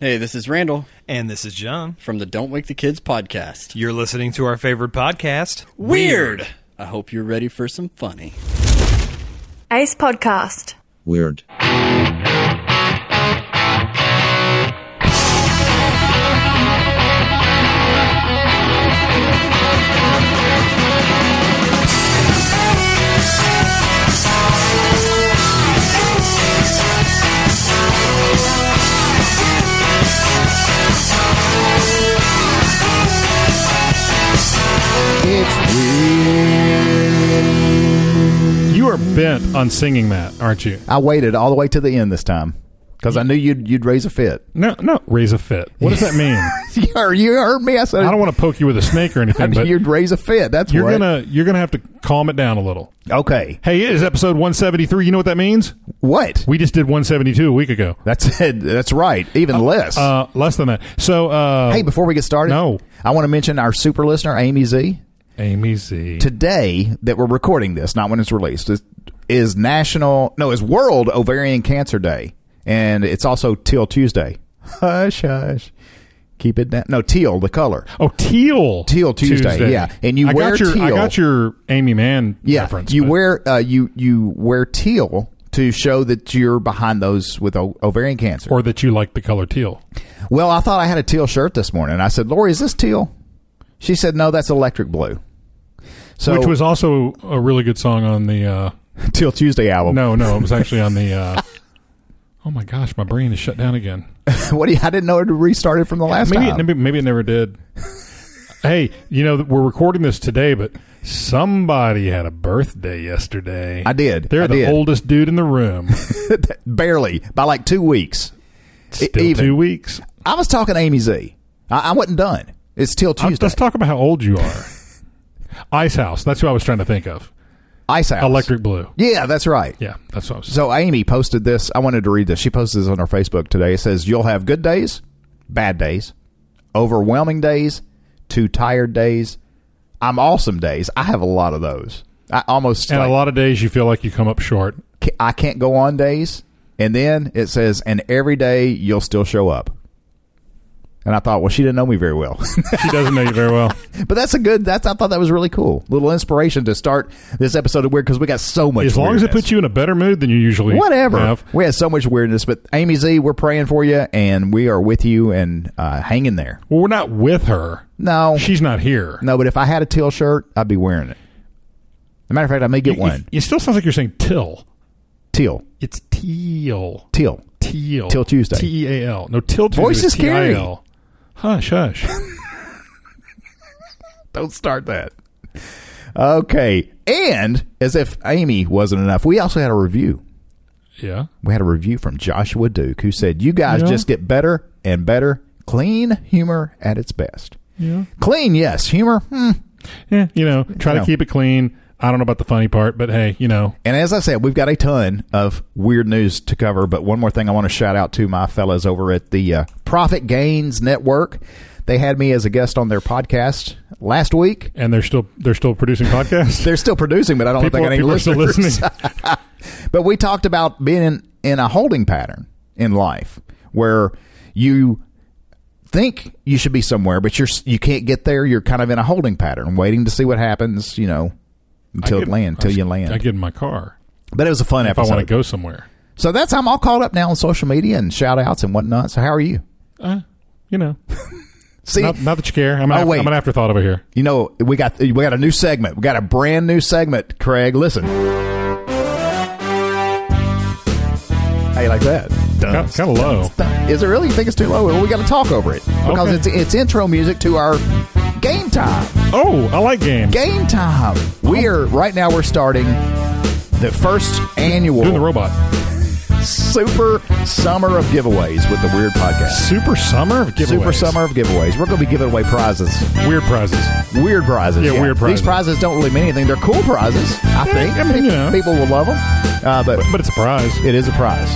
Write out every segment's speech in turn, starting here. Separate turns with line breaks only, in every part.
Hey, this is Randall
And this is John.
from the Don't Wake the Kids podcast.
You're listening to our favorite podcast,
I hope you're ready for some funny.
Ace Podcast.
Weird. It's
You are bent on singing that, aren't you?
I waited all the way to the end this time because I knew you'd you'd raise a fit.
No, no, raise a fit. What does that mean?
you heard you heard me. I said
I don't want to poke you with a snake or anything, but you're
you'd raise a fit. That's what.
gonna you're gonna have to calm it down a little.
okay.
Hey, it is episode 173. You know what that means?
What?
We just did 172 a week ago.
That's it. That's right. Even less.
Uh, less than that. So, uh,
hey, before we get started,
No.
I want to mention our super listener Amy Z.
Amy Z.
Today that we're recording this, not when it's released, is, is National No, is World Ovarian Cancer Day, and it's also Teal Tuesday. Hush, hush. Keep it down. No, teal, the color.
oh, teal.
Teal Tuesday, yeah. And you
I
wear
got your, I
teal.
got your Amy Mann
yeah,
reference.
You
but-
wear uh, you you wear teal to show that you're behind those with o- ovarian cancer.
or that you like the color teal.
well, I thought I had a teal shirt this morning. I said, "Lori, is this teal?" She said, "No, that's electric blue." So
which was also a really good song on the uh,
Teal Tuesday album.
No, no, it was actually on the. Uh, oh my gosh, my brain is shut down again.
what do you, I didn't know it restarted from the last
maybe,
time.
It, maybe, maybe it never did. hey, you know we're recording this today, but somebody had a birthday yesterday.
I did.
They're
I
the
did.
oldest dude in the room.
Barely by like two weeks.
Still
E-, even.
two weeks.
I was talking to Amy Z. I, I wasn't done. It's Teal
I-
Tuesday.
let's talk about how old you are. Ice House. That's who I was trying to think of.
Ice House.
Electric Blue.
Yeah, that's right.
Yeah, that's what I was.
So Amy posted this. I wanted to read this. She posted this on her Facebook today. It says, "You'll have good days, bad days, overwhelming days, too tired days. I'm awesome days. I have a lot of those. I almost
and
like,
a lot of days you feel like you come up short.
ca- I can't go on days." And then it says, "And every day you'll still show up." And I thought, well, she didn't know me very well,
She doesn't know you very well.
but that's a good. That's I thought that was really cool. Little inspiration to start this episode of weird because we got so much.
As long as it
weirdness.
puts you in a better mood than you usually
whatever.
have.
We had so much weirdness, but Amy Z, we're praying for you, and we are with you, and uh, hang in there.
Well, we're not with her.
No,
She's not here.
no, but if I had a teal shirt, I'd be wearing it. As a matter of fact, I may get
It-
one.
It, still sounds like you're saying till.
Teal,
It's teal.
teal.
Teal.
Till Tuesday.
T E A L. No, till Tuesday.
Voice is scary.
T-I-L. Hush, hush.
Don't start that. Okay, and as if Amy wasn't enough, we also had a review.
yeah.
We had a review from Joshua Duke who said, "You guys
Yeah.
just get better and better. Clean humor at its best.
Yeah.
Clean, yes. Humor, hmm,
Yeah. You know, try
No.
to keep it clean. I don't know about the funny part, but hey, you know,
And as I said, we've got a ton of weird news to cover. But one more thing I want to shout out to my fellas over at the uh, Profit Gains Network. They had me as a guest on their podcast last week.
and they're still they're still producing podcasts.
They're still producing, but I don't
people
think I Oh, got any
people are still
listeners.
listening.
But we talked about being in, in a holding pattern in life where you think you should be somewhere, but you're s- you can't get there. You're kind of in a holding pattern, waiting to see what happens. You know, until it
get-
land, until
I-
you land.
I get in my car
but it was a fun
if I
episode.
want to go somewhere.
So that's I'm all caught up now on social media and shout outs and whatnot. So how are you?
Uh, you know,
See,
not, not that you care. I'm,
Oh,
an, after-
wait.
I'm an afterthought over here.
you know, we got we got a new segment. We got a brand new segment, Craig. Listen. How you like that?
Kind, kind of low.
Is it really? You think it's too low? Well, we got to talk over it because
Okay.
it's it's intro music to our game time.
Oh, I like games.
Game time.
Oh.
We are right now. We're starting the first annual
Doing the robot.
super summer of giveaways with the Weird Podcast.
Super summer of giveaways.
Super summer of giveaways. We're going to be giving away prizes
Weird prizes.
Weird prizes.
Yeah, weird prizes.
These prizes don't really mean anything. They're cool prizes, I think.
I mean,
people,
you know.
people will love them, uh, but
But it's a prize.
it is a prize.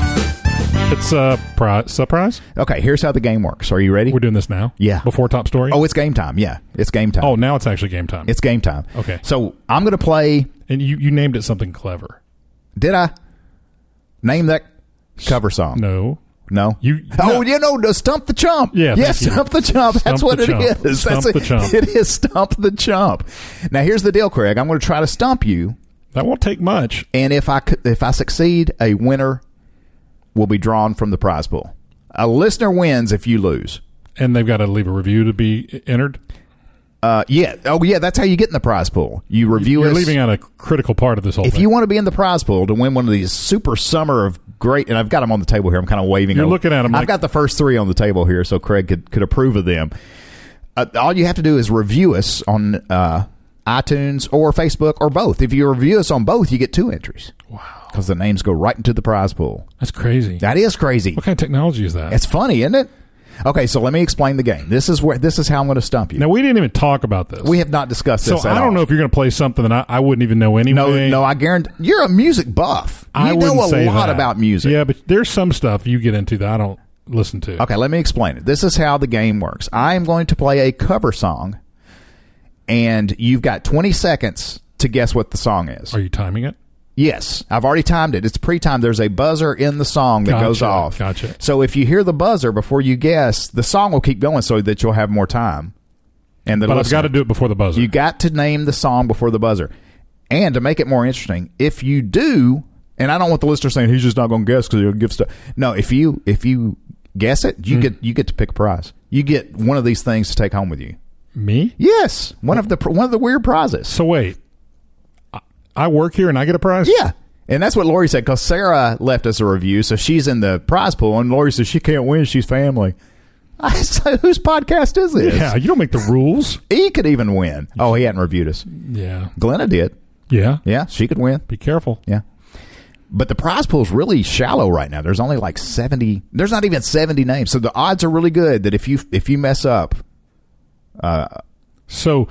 It's a prize. Surprise?
Okay, here's how the game works. Are you ready?
We're doing this now?
Yeah.
Before Top Story?
oh, it's game time. Yeah, it's game time.
Oh, now it's actually game time.
it's game time.
Okay.
So I'm going to play.
and you, you named it something clever.
Did I name that cover song?
No.
No.
You-
Oh,
no.
you know, no, stump the chump.
Yeah,
Yeah,
thank you.
stump the chump. That's
Stump
what
the
it is.
chump.
That's
Stump
it.
the chump.
It is stump the chump. Now here's the deal, Craig. I'm going to try to stump you,
That won't take much.
and if I c- if I succeed, a winner will be drawn from the prize pool. A listener wins if you lose.
And they've got to leave a review to be e-, entered.
Uh, yeah. Oh, yeah. That's how you get in the prize pool. You review
You're
us.
leaving out a critical part of this whole
if
thing.
you want to be in the prize pool to win one of these super summer of great, and I've got them on the table here. I'm kind of waving.
You're
over-
looking at 'em
I've
like-
got the first three on the table here, so Craig could, could approve of them. Uh, all you have to do is review us on uh, iTunes or Facebook or both. If you review us on both, you get two entries. Wow! Because the names go right into the prize pool.
That's crazy.
That is crazy.
what kind of technology is that?
It's funny, isn't it? Okay, so let me explain the game. This is where this is how I'm going to stump you.
now, we didn't even talk about this.
we have not discussed
so
this. at
I don't
all.
know if you're going to play something that I, I wouldn't even know anyway.
No, no, I guarantee you're a music buff.
I
you know
wouldn't
a
say
lot
that.
about music.
Yeah, but there's some stuff you get into that I don't listen to.
Okay, let me explain it. This is how the game works. I am going to play a cover song, and you've got 20 seconds to guess what the song is.
Are you timing it?
Yes, I've already timed it. It's pre-timed. There's a buzzer in the song that
Gotcha,
goes off.
gotcha.
So if you hear the buzzer before you guess, the song will keep going so that you'll have more time. And the
But I've
listener-
got to do it before the buzzer.
You got to name the song before the buzzer. And to make it more interesting, if you do, and I don't want the listener saying he's just not going to guess because he'll give stuff. No, if you if you guess it, you get you get to pick a prize. You get one of these things to take home with you.
Me?
Yes, one of the pr- one of the weird prizes.
So wait, I, I work here and I get a prize.
Yeah. And that's what Lori said because Sarah left us a review, so she's in the prize pool. And Lori says she can't win; she's family. I said, "Whose podcast is this?
Yeah, you don't make the rules.
He could even win. Oh, he hadn't reviewed us.
Yeah,
Glenna did.
yeah.
Yeah, she could win.
Be careful.
Yeah. But the prize pool is really shallow right now. There's only like 70 there's not even 70 names. So the odds are really good that if you if you mess up,
So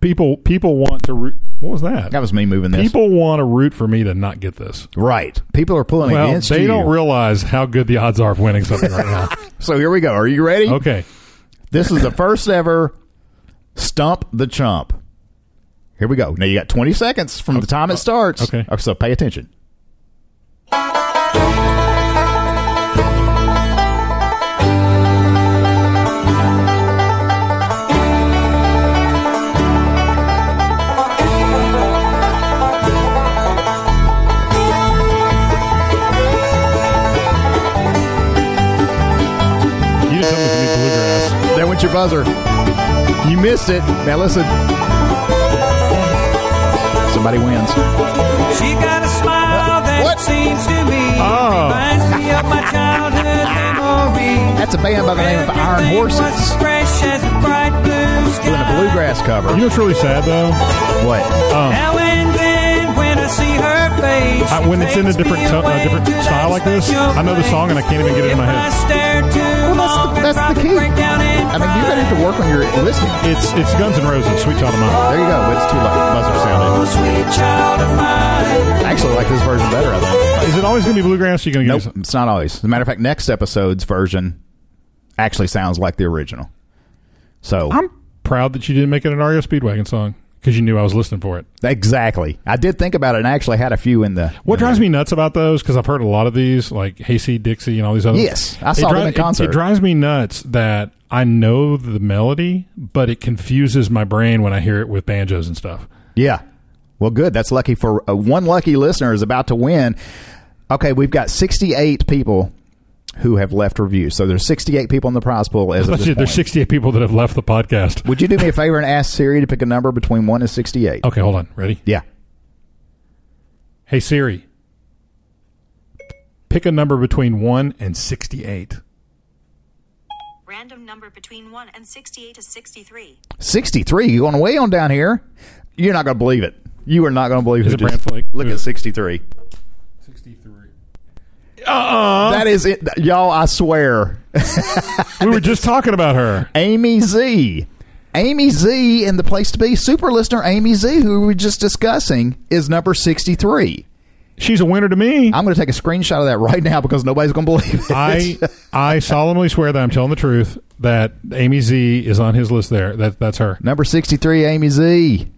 people people want to root. What was that?
that was me moving this.
people want to root for me to not get this.
right. People are pulling
Well,
against
they
you.
don't realize how good the odds are of winning something right now.
so here we go. Are you ready?
Okay,
This is the first ever stump the chump. Here we go. Now you got 20 seconds from the time it starts.
Oh,
Oh,
okay.
So pay attention.
you just told me to be bluegrass.
There went your buzzer. You missed it. Now listen. Somebody wins.
She got a smile that
What?
seems to me
Oh.
reminds me of my childhood memory.
That's a band by the name of Iron
Everything was
Horses.
fresh as a bright blue
doing a
sky.
bluegrass
You
cover.
know what's really sad though?
What?
Um,
Now and then when I see her face,
I, when it's in a different to- a different style like this, I know the song and I can't even get it in my
If I
head.
stare too long,
Well, that's
I'd
the, that's the
probably
key.
break down and
I mean, you're gonna have to work on your listening.
It's it's Guns N' Roses, Sweet Child of Mine.
There you go. But it's too late. Buzzer sounded.
cry. Oh, Sweet child of mine.
I actually like this version better. I think.
Is it always going to be bluegrass? You're going to get
Nope, it's not always. As a matter of fact, next episode's version actually sounds like the original. So
I'm proud that you didn't make it an REO Speedwagon song because you knew I was listening for it.
exactly, I did think about it, and I actually had a few in the.
What drives me nuts about those, because I've heard a lot of these, like Hayseed Dixie and all these other
Yes, I saw them
dri-
in concert.
It, it drives me nuts that I know the melody, but it confuses my brain when I hear it with banjos and stuff.
Yeah. Well, good. That's lucky for uh, one lucky listener is about to win. Okay, we've got 68 people who have left reviews. So there's 68 people in the prize pool as of this
But there's
point.
68 people that have left the podcast.
Would you do me a favor and ask Siri to pick a number between 1 and 68?
Okay, hold on. Ready?
Yeah.
Hey, Siri, pick a number between 1 and 68.
Random number between 1 and 68 is 63.
63. You're going way on down here. You're not going to believe it. You are not going to believe
Is
who
it
just-
Brand Flake?
Look
Who
at
is it?
63.
63. Uh-uh.
That is it. Y'all, I swear.
We were just talking about her.
Amy Z. Amy Z and the place to be super listener Amy Z, who we were just discussing, is number 63.
She's a winner to me.
I'm going to take a screenshot of that right now because nobody's going to believe it.
I I solemnly swear that I'm telling the truth. That Amy Z is on his list. There, that that's her.
Number 63, Amy Z.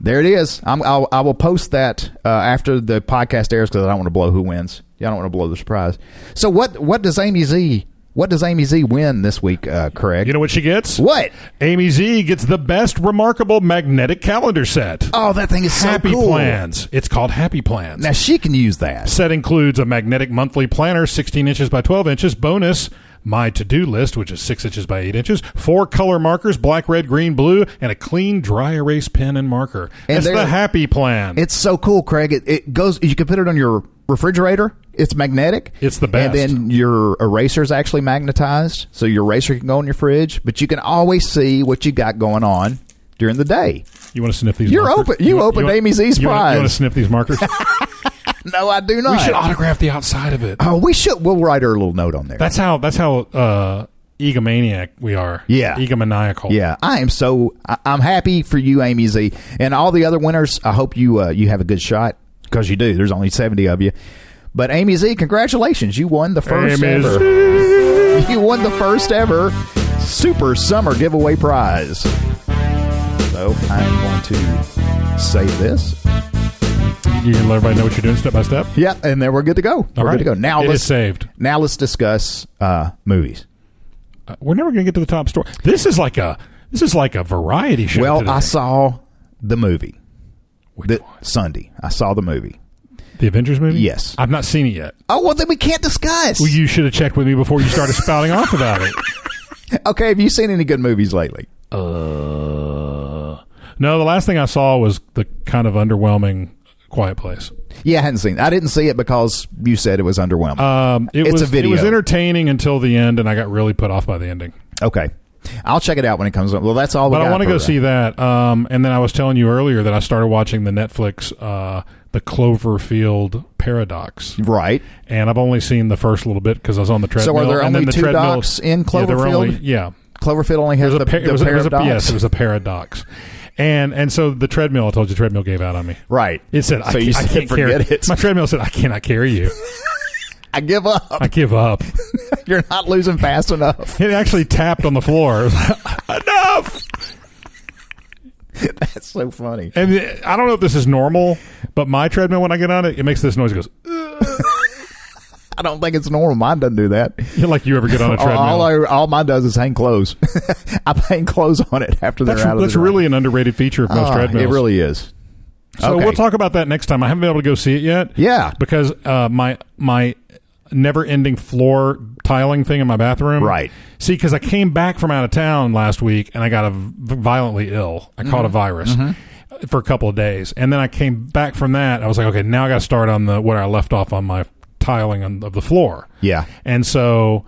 There it is. I'm, I'll, I will post that uh, after the podcast airs because I don't want to blow who wins. Yeah, I don't want to blow the surprise. So what? What does Amy Z? What does Amy Z win this week, uh, Craig?
You know what she gets?
What?
Amy Z gets the best remarkable magnetic calendar set.
Oh, that thing is so
Happy
cool.
Plans. It's called Happy Plans.
Now she can use that.
set includes a magnetic monthly planner, 16 inches by 12 inches, bonus my to-do list, which is 6 inches by 8 inches, four color markers, black, red, green, blue, and a clean dry erase pen and marker.
And
It's
they're-
the happy plan.
It's so cool, Craig. It, it goes. You can put it on your refrigerator. It's magnetic.
It's the best.
And then your eraser is actually magnetized, so your eraser can go in your fridge, but you can always see what you got going on during the day.
you want to sniff these
You're
markers?
open- you opened
want-
Amy Z's
you wanna-
prize.
you want to sniff these markers?
No, I do not.
we should autograph the outside of it.
Oh, we should. We'll write her a little note on there.
That's how. That's how uh, egomaniac we are.
Yeah.
egomaniacal.
yeah, I am so. I, I'm happy for you, Amy Z, and all the other winners. I hope you uh, you have a good shot because you do. There's only 70 of you. But Amy Z, congratulations! You won the first
Amy
ever. You won the first ever Super Summer Giveaway Prize. So I'm going to save this.
You can let everybody know what you're doing step by step.
Yeah, and then we're good to go.
All
we're
right.
good to go. Now
It
let's
is saved.
Now let's discuss uh, movies.
Uh, we're never going to get to the top story. This is like a. This is like a variety show.
Well,
today.
I saw the movie
Which
the,
one?
Sunday. I saw the movie.
the Avengers movie.
Yes.
I've not seen it yet.
Oh well, then we can't discuss.
Well, you should have checked with me before you started spouting off about it.
okay, have you seen any good movies lately?
Uh, no, the last thing I saw was the kind of underwhelming Quiet Place.
Yeah, I hadn't seen. I didn't see it because you said it was underwhelming.
Um, it
It's
was
a video.
It was entertaining until the end, and I got really put off by the ending.
okay, I'll check it out when it comes up. Well, that's all. we
But I
got
want to
for-
go see that. Um, and then I was telling you earlier that I started watching the Netflix, uh, the Cloverfield Paradox,
Right.
and I've only seen the first little bit because I was on the treadmill.
there
and
only
then the
two
treadmill-
docs in
Yeah, there were only-
Cloverfield?
Yeah,
Cloverfield only has
It was
the,
a par-
the
it was a- it was a-
paradox.
yes, it was a paradox, and and so the treadmill. I told you, the treadmill gave out on me.
Right.
It said, I,
So you
I
said,
can't
"Forget
carry
it."
My treadmill said, I cannot carry you.
I give up.
I give up.
You're not losing fast enough.
It actually tapped on the floor. Enough.
That's so funny.
And the- I don't know if this is normal, but my treadmill, when I get on it, it makes this noise. It goes, "Ugh."
I don't think it's normal. Mine doesn't do that.
like you ever get on a
Oh, All,
treadmill.
all, I, all mine does is hang clothes. I hang clothes on it after they're
that's
out of
that's
the dryer.
really an underrated feature of most
Ah,
treadmills.
It really is.
So
okay.
we'll talk about that next time. I haven't been able to go see it yet.
Yeah.
Because uh, my my never-ending floor tiling thing in my bathroom.
Right.
See, because I came back from out of town last week and I got a v- violently ill.
Mm-hmm.
I caught a virus. uh, For a couple of days, and then I came back from that. I was like, okay, now I got to start on the where I left off on my tiling on, of the floor.
Yeah.
and so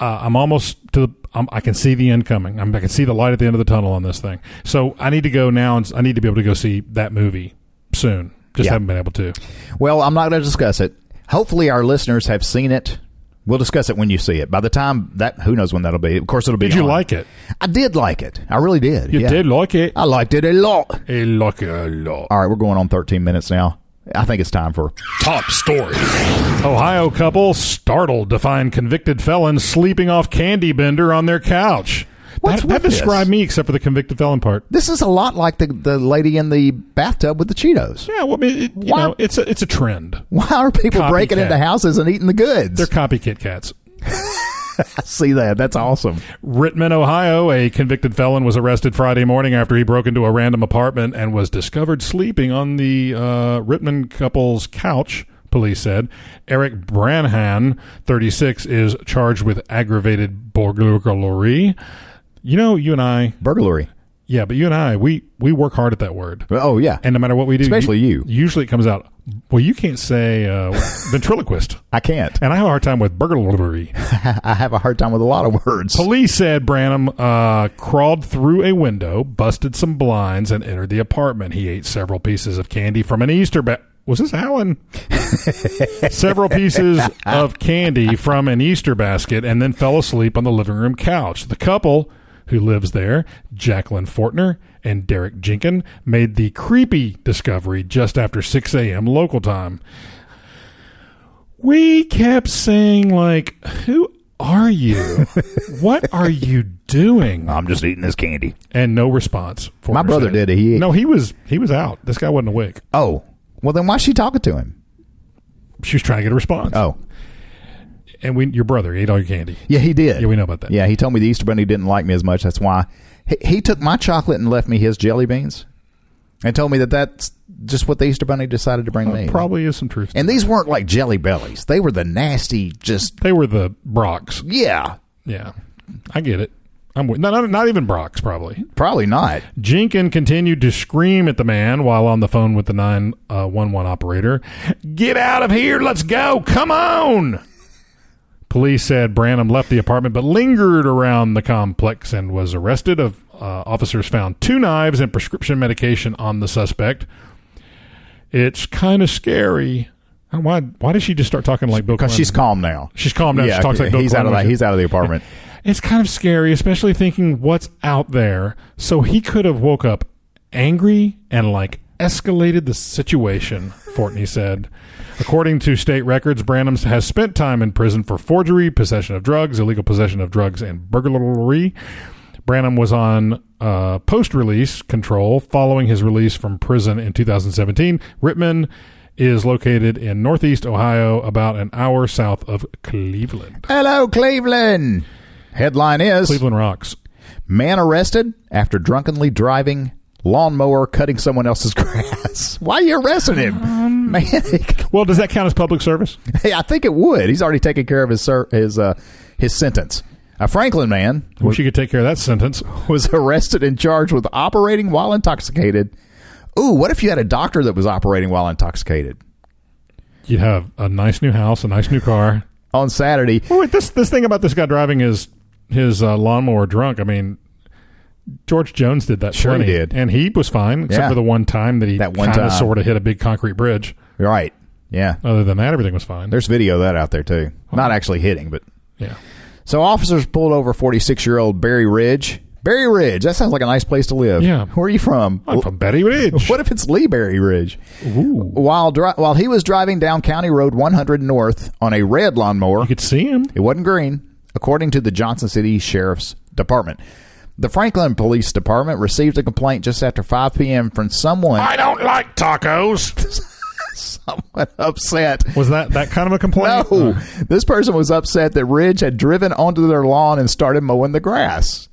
uh, I'm almost to the. I'm, I can see the end coming. I'm, I can see the light at the end of the tunnel on this thing. So I need to go now, and s- I need to be able to go see that movie soon. Just
Yeah.
haven't been able to.
Well, I'm not going to discuss it. Hopefully, our listeners have seen it. We'll discuss it when you see it. By the time that, who knows when that'll be? Of course, it'll be.
Did you
on.
like it?
I did like it. I really did.
You
yeah.
did like it.
I liked it a lot.
I like it a lot.
All right, we're going on 13 minutes now. I think it's time for.
Top story. Ohio couple startled to find convicted felons sleeping off candy bender on their couch.
What's
that
with
that
this?
described me except for the convicted felon part.
This is a lot like the the lady in the bathtub with the Cheetos.
Yeah, well, I mean, it, you
Why-
know, it's a, it's a trend.
Why are people
Copycat.
breaking into houses and eating the goods?
They're copycat cats.
I see that. That's awesome.
Rittman, Ohio, a convicted felon was arrested Friday morning after he broke into a random apartment and was discovered sleeping on the uh, Rittman couple's couch. Police said Eric Branhan, 36, is charged with aggravated burglary. You know, you and I,
Burglary.
yeah, but you and I, we we work hard at that word,
Oh yeah.
and no matter what we do,
Especially you.
usually it comes out. Well, you can't say uh, ventriloquist,
I can't.
and I have a hard time with burglary.
I have a hard time with a lot of words.
Police said Branham uh, crawled through a window, busted some blinds, and entered the apartment. He ate several pieces of candy from an Easter basket. Was this Alan? several pieces of candy from an Easter basket and then fell asleep on the living room couch. The couple who lives there, Jacqueline Fortner and Derek Jenkin, made the creepy discovery just after 6 a.m. local time. We kept saying, like, who are you? what are you doing?
I'm just eating this candy.
And no response.
My brother
4%.
did it. He ate.
no, he was he was out. This guy wasn't awake.
Oh, well then why's she talking to him?
She was trying to get a response.
Oh,
and we your brother ate all your candy.
yeah, he did.
Yeah, we know about that.
Yeah, he told me the Easter Bunny didn't like me as much. That's why he, he took my chocolate and left me his jelly beans, and told me that that's just what the Easter Bunny decided to bring
Uh,
me.
probably is some truth.
And these weren't like jelly bellies. They were the nasty, just
they were the Brocks.
yeah.
Yeah, I get it. I'm with, no, no, not even Brock's probably.
Probably not.
Jenkin continued to scream at the man while on the phone with the 911 operator. Get out of here. Let's go. Come on. Police said Branham left the apartment but lingered around the complex and was arrested. Of uh, officers found two knives and prescription medication on the suspect. It's kind of scary. And Why? Why does she just start talking like Bill?
Because
Clinton?
she's calm now.
She's calm now. she talks like Bill
he's out of
Clinton.
the, he's out of the apartment.
It's kind of scary, especially thinking what's out there. So he could have woke up angry and like escalated the situation, Fortney said. According to state records, Branham has spent time in prison for forgery, possession of drugs, illegal possession of drugs, and burglary. Branham was on uh, post release control following his release from prison in 2017. Rittman is located in Northeast Ohio, about an hour south of Cleveland.
Hello, Cleveland. Headline is
Cleveland rocks.
Man arrested after drunkenly driving lawnmower cutting someone else's grass. Why are you arresting him? Man,
Well, does that count as public service?
hey, I think it would. He's already taken care of his sir, his uh, his sentence. A Franklin man
Wish you could take care of that sentence.
was arrested and charged with operating while intoxicated. Ooh, what if you had a doctor that was operating while intoxicated?
You'd have a nice new house, a nice new car.
On Saturday,
Well, wait, this this thing about this guy driving his his uh, lawnmower drunk. I mean, George Jones did that.
Sure he
plenty,
did.
and he was fine, except
Yeah.
for the one time that he
That one
kind of
time.
sort of hit a big concrete bridge.
right? Yeah,
Other than that, everything was fine.
there's video of that out there too. Not actually hitting, but
yeah,
So officers pulled over 46 year old Barry Ridge. Barry Ridge. That sounds like a nice place to live.
Yeah.
Where are you from?
I'm from Betty Ridge.
What if it's Lee Barry Ridge?
Ooh.
While dri- while he was driving down County Road 100 North on a red lawnmower,
You could see him.
it wasn't green, according to the Johnson City Sheriff's Department. The Franklin Police Department received a complaint just after 5 p.m. from someone
don't like tacos.
somewhat upset
Was that that kind of a complaint?
No,
Uh,
this person was upset that Ridge had driven onto their lawn and started mowing the grass.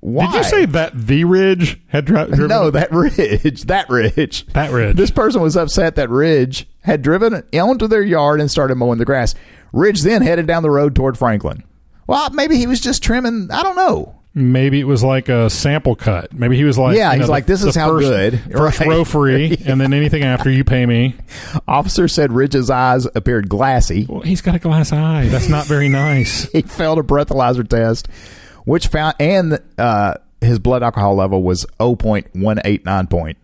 Why?
did you say that the Ridge had dri- driven?
no? That Ridge, that Ridge,
That Ridge.
This person was upset that Ridge had driven onto their yard and started mowing the grass. Ridge then headed down the road toward Franklin. Well, maybe he was just trimming. I don't know.
Maybe it was like a sample cut. Maybe he was like,
Yeah,
you
he's
know,
like,
the-
this
the
is how
first-
good.
First
Right.
row free, and then anything after you pay me.
Officer said Ridge's eyes appeared glassy.
Well, he's got a glass eye. That's not very nice.
He failed a breathalyzer test, which found and uh, his blood alcohol level was 0.189 point.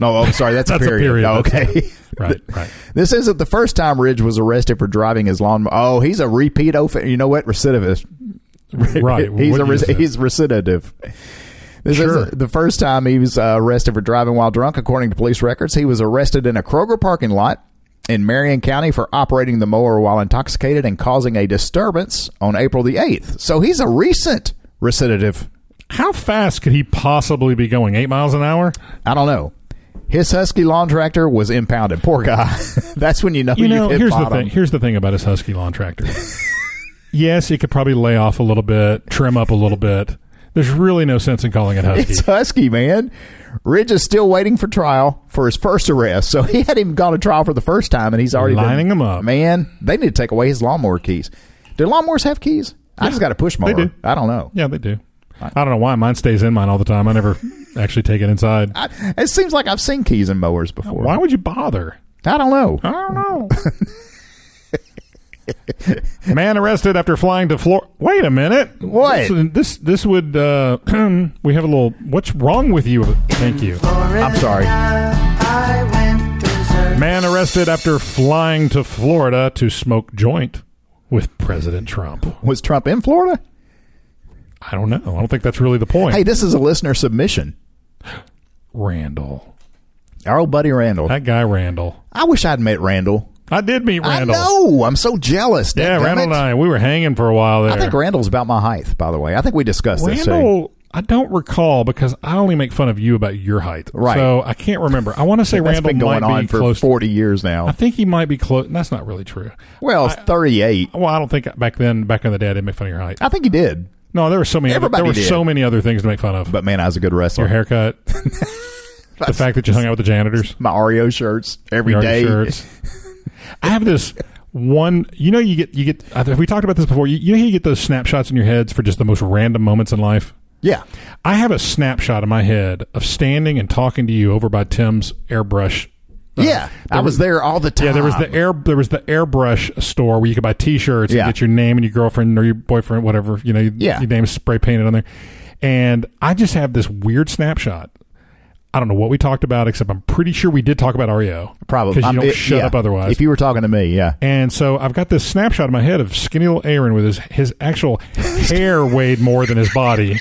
No, oh, sorry, that's,
That's
a
a
period.
period.
Oh,
That's-
okay.
Right, right.
This isn't the first time Ridge was arrested for driving his lawn. Oh, he's a repeat offender. You know what? Recidivist.
Right.
he's a
What
rec-
is it?
he's recidivative. This
Sure.
is the first time he was uh, arrested for driving while drunk, according to police records. He was arrested in a Kroger parking lot in Marion County for operating the mower while intoxicated and causing a disturbance on April the eighth. So he's a recent recidivative.
How fast could he possibly be going? Eight miles an hour?
I don't know. His husky lawn tractor was impounded. Poor guy. That's when you know
You
you've
know,
hit
here's the
bottom.
thing. Here's the thing about his Husky lawn tractor. yes, it could probably lay off a little bit, trim up a little bit. There's really no sense in calling it Husky.
It's Husky, man. Ridge is still waiting for trial for his first arrest. So he hadn't even gone to trial for the first time, and he's already been-
Lining 'em up.
Man, they need to take away his lawnmower keys. Do lawnmowers have keys? I just got a push mower.
do.
I don't know.
yeah, they do. I don't know why mine stays in mine all the time. I never actually take it inside.
I, it seems like I've seen keys in mowers before.
Why would you bother?
I don't know.
I don't know. Man arrested after flying to Florida. Wait a minute.
What?
This this, this would uh, we have a little. What's wrong with you? Thank you.
I'm sorry.
Man arrested after flying to Florida to smoke joint with President Trump.
Was Trump in Florida?
I don't know. I don't think that's really the point.
Hey, this is a listener submission.
Randall,
Our old buddy Randall.
that guy Randall.
I wish I'd met Randall.
I did meet Randall.
I know. I'm so jealous.
Yeah,
dadgummit.
Randall and I, we were hanging for a while there.
I think Randall's about my height, by the way. I think we discussed this. too.
Randall, I don't recall because I only make fun of you about your height.
Right.
So I can't remember. I want to say
That's
Randall
been going
might
on
be
for
close.
40 years now.
I think he might be close. That's not really true.
well, it's 38.
Well, I don't think back then, back in the day, I didn't make fun of your height.
I think he did.
No, there were so many. Other,
Everybody
there were
did.
so many other things to make fun of.
But man, I was a good wrestler.
your haircut, the fact that you hung out with the janitors,
my Oreo shirts every
your
day.
E shirts. I have this one. You know, you get you get. I think We talked about this before. You, you know, how you get those snapshots in your heads for just the most random moments in life.
Yeah.
I have a snapshot in my head of standing and talking to you over by Tim's airbrush. uh,
yeah. I was there all the time.
Yeah, there was the air there was the airbrush store where you could buy T-shirts
Yeah.
and get your name and your girlfriend or your boyfriend, whatever you know, your-
Yeah.
your name spray painted on there. And I just have this weird snapshot. I don't know what we talked about, except I'm pretty sure we did talk about REO.
Probably.
because
I'm-
you don't
it-
shut
yeah.
up otherwise.
If you were talking to me, yeah.
and so I've got this snapshot in my head of skinny little Aaron with his his actual hair weighed more than his body,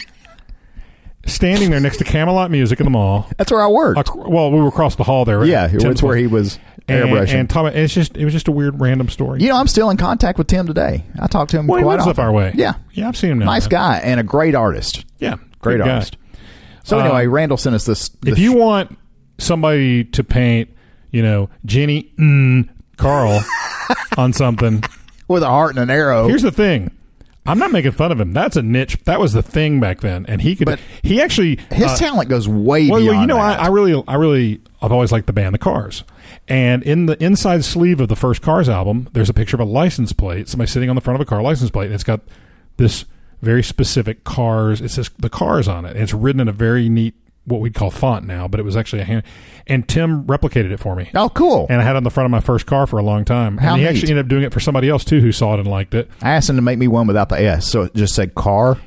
standing there next to Camelot Music in the mall.
That's where I worked.
Ac- Well, we were across the hall there. right?
yeah. It
Tim's
was where
place.
he was
and,
airbrushing.
and Tom, it's just it was just a weird random story.
you know, I'm still in contact with Tim today. I talk to him
well, he
quite
lives up
often.
our way.
Yeah.
yeah, I've seen him. Now,
Nice
man.
guy and a great artist.
Yeah,
Great
good guy.
artist. So
Uh,
anyway, Randall sent us this.
If
this-
you want somebody to paint, you know, Jenny mm, Carl on something,
with a heart and an arrow,
here's the thing. I'm not making fun of him. That's a niche. That was the thing back then, and he could.
But
he actually
his
uh,
talent goes way
well,
beyond.
well, you know, I,
that.
I really, I really, I've always liked the band The Cars, and in the inside sleeve of the first Cars album, there's a picture of a license plate, somebody sitting on the front of a car license plate, and it's got this very specific Cars. It says the Cars on it, and it's written in a very neat, what we'd call font now, but it was actually a hand. And Tim replicated it for me.
oh, cool.
And I had it on the front of my first car for a long time.
How
and he
neat.
actually ended up doing it for somebody else too who saw it and liked it.
I asked him to make me one without the S, so it just said car.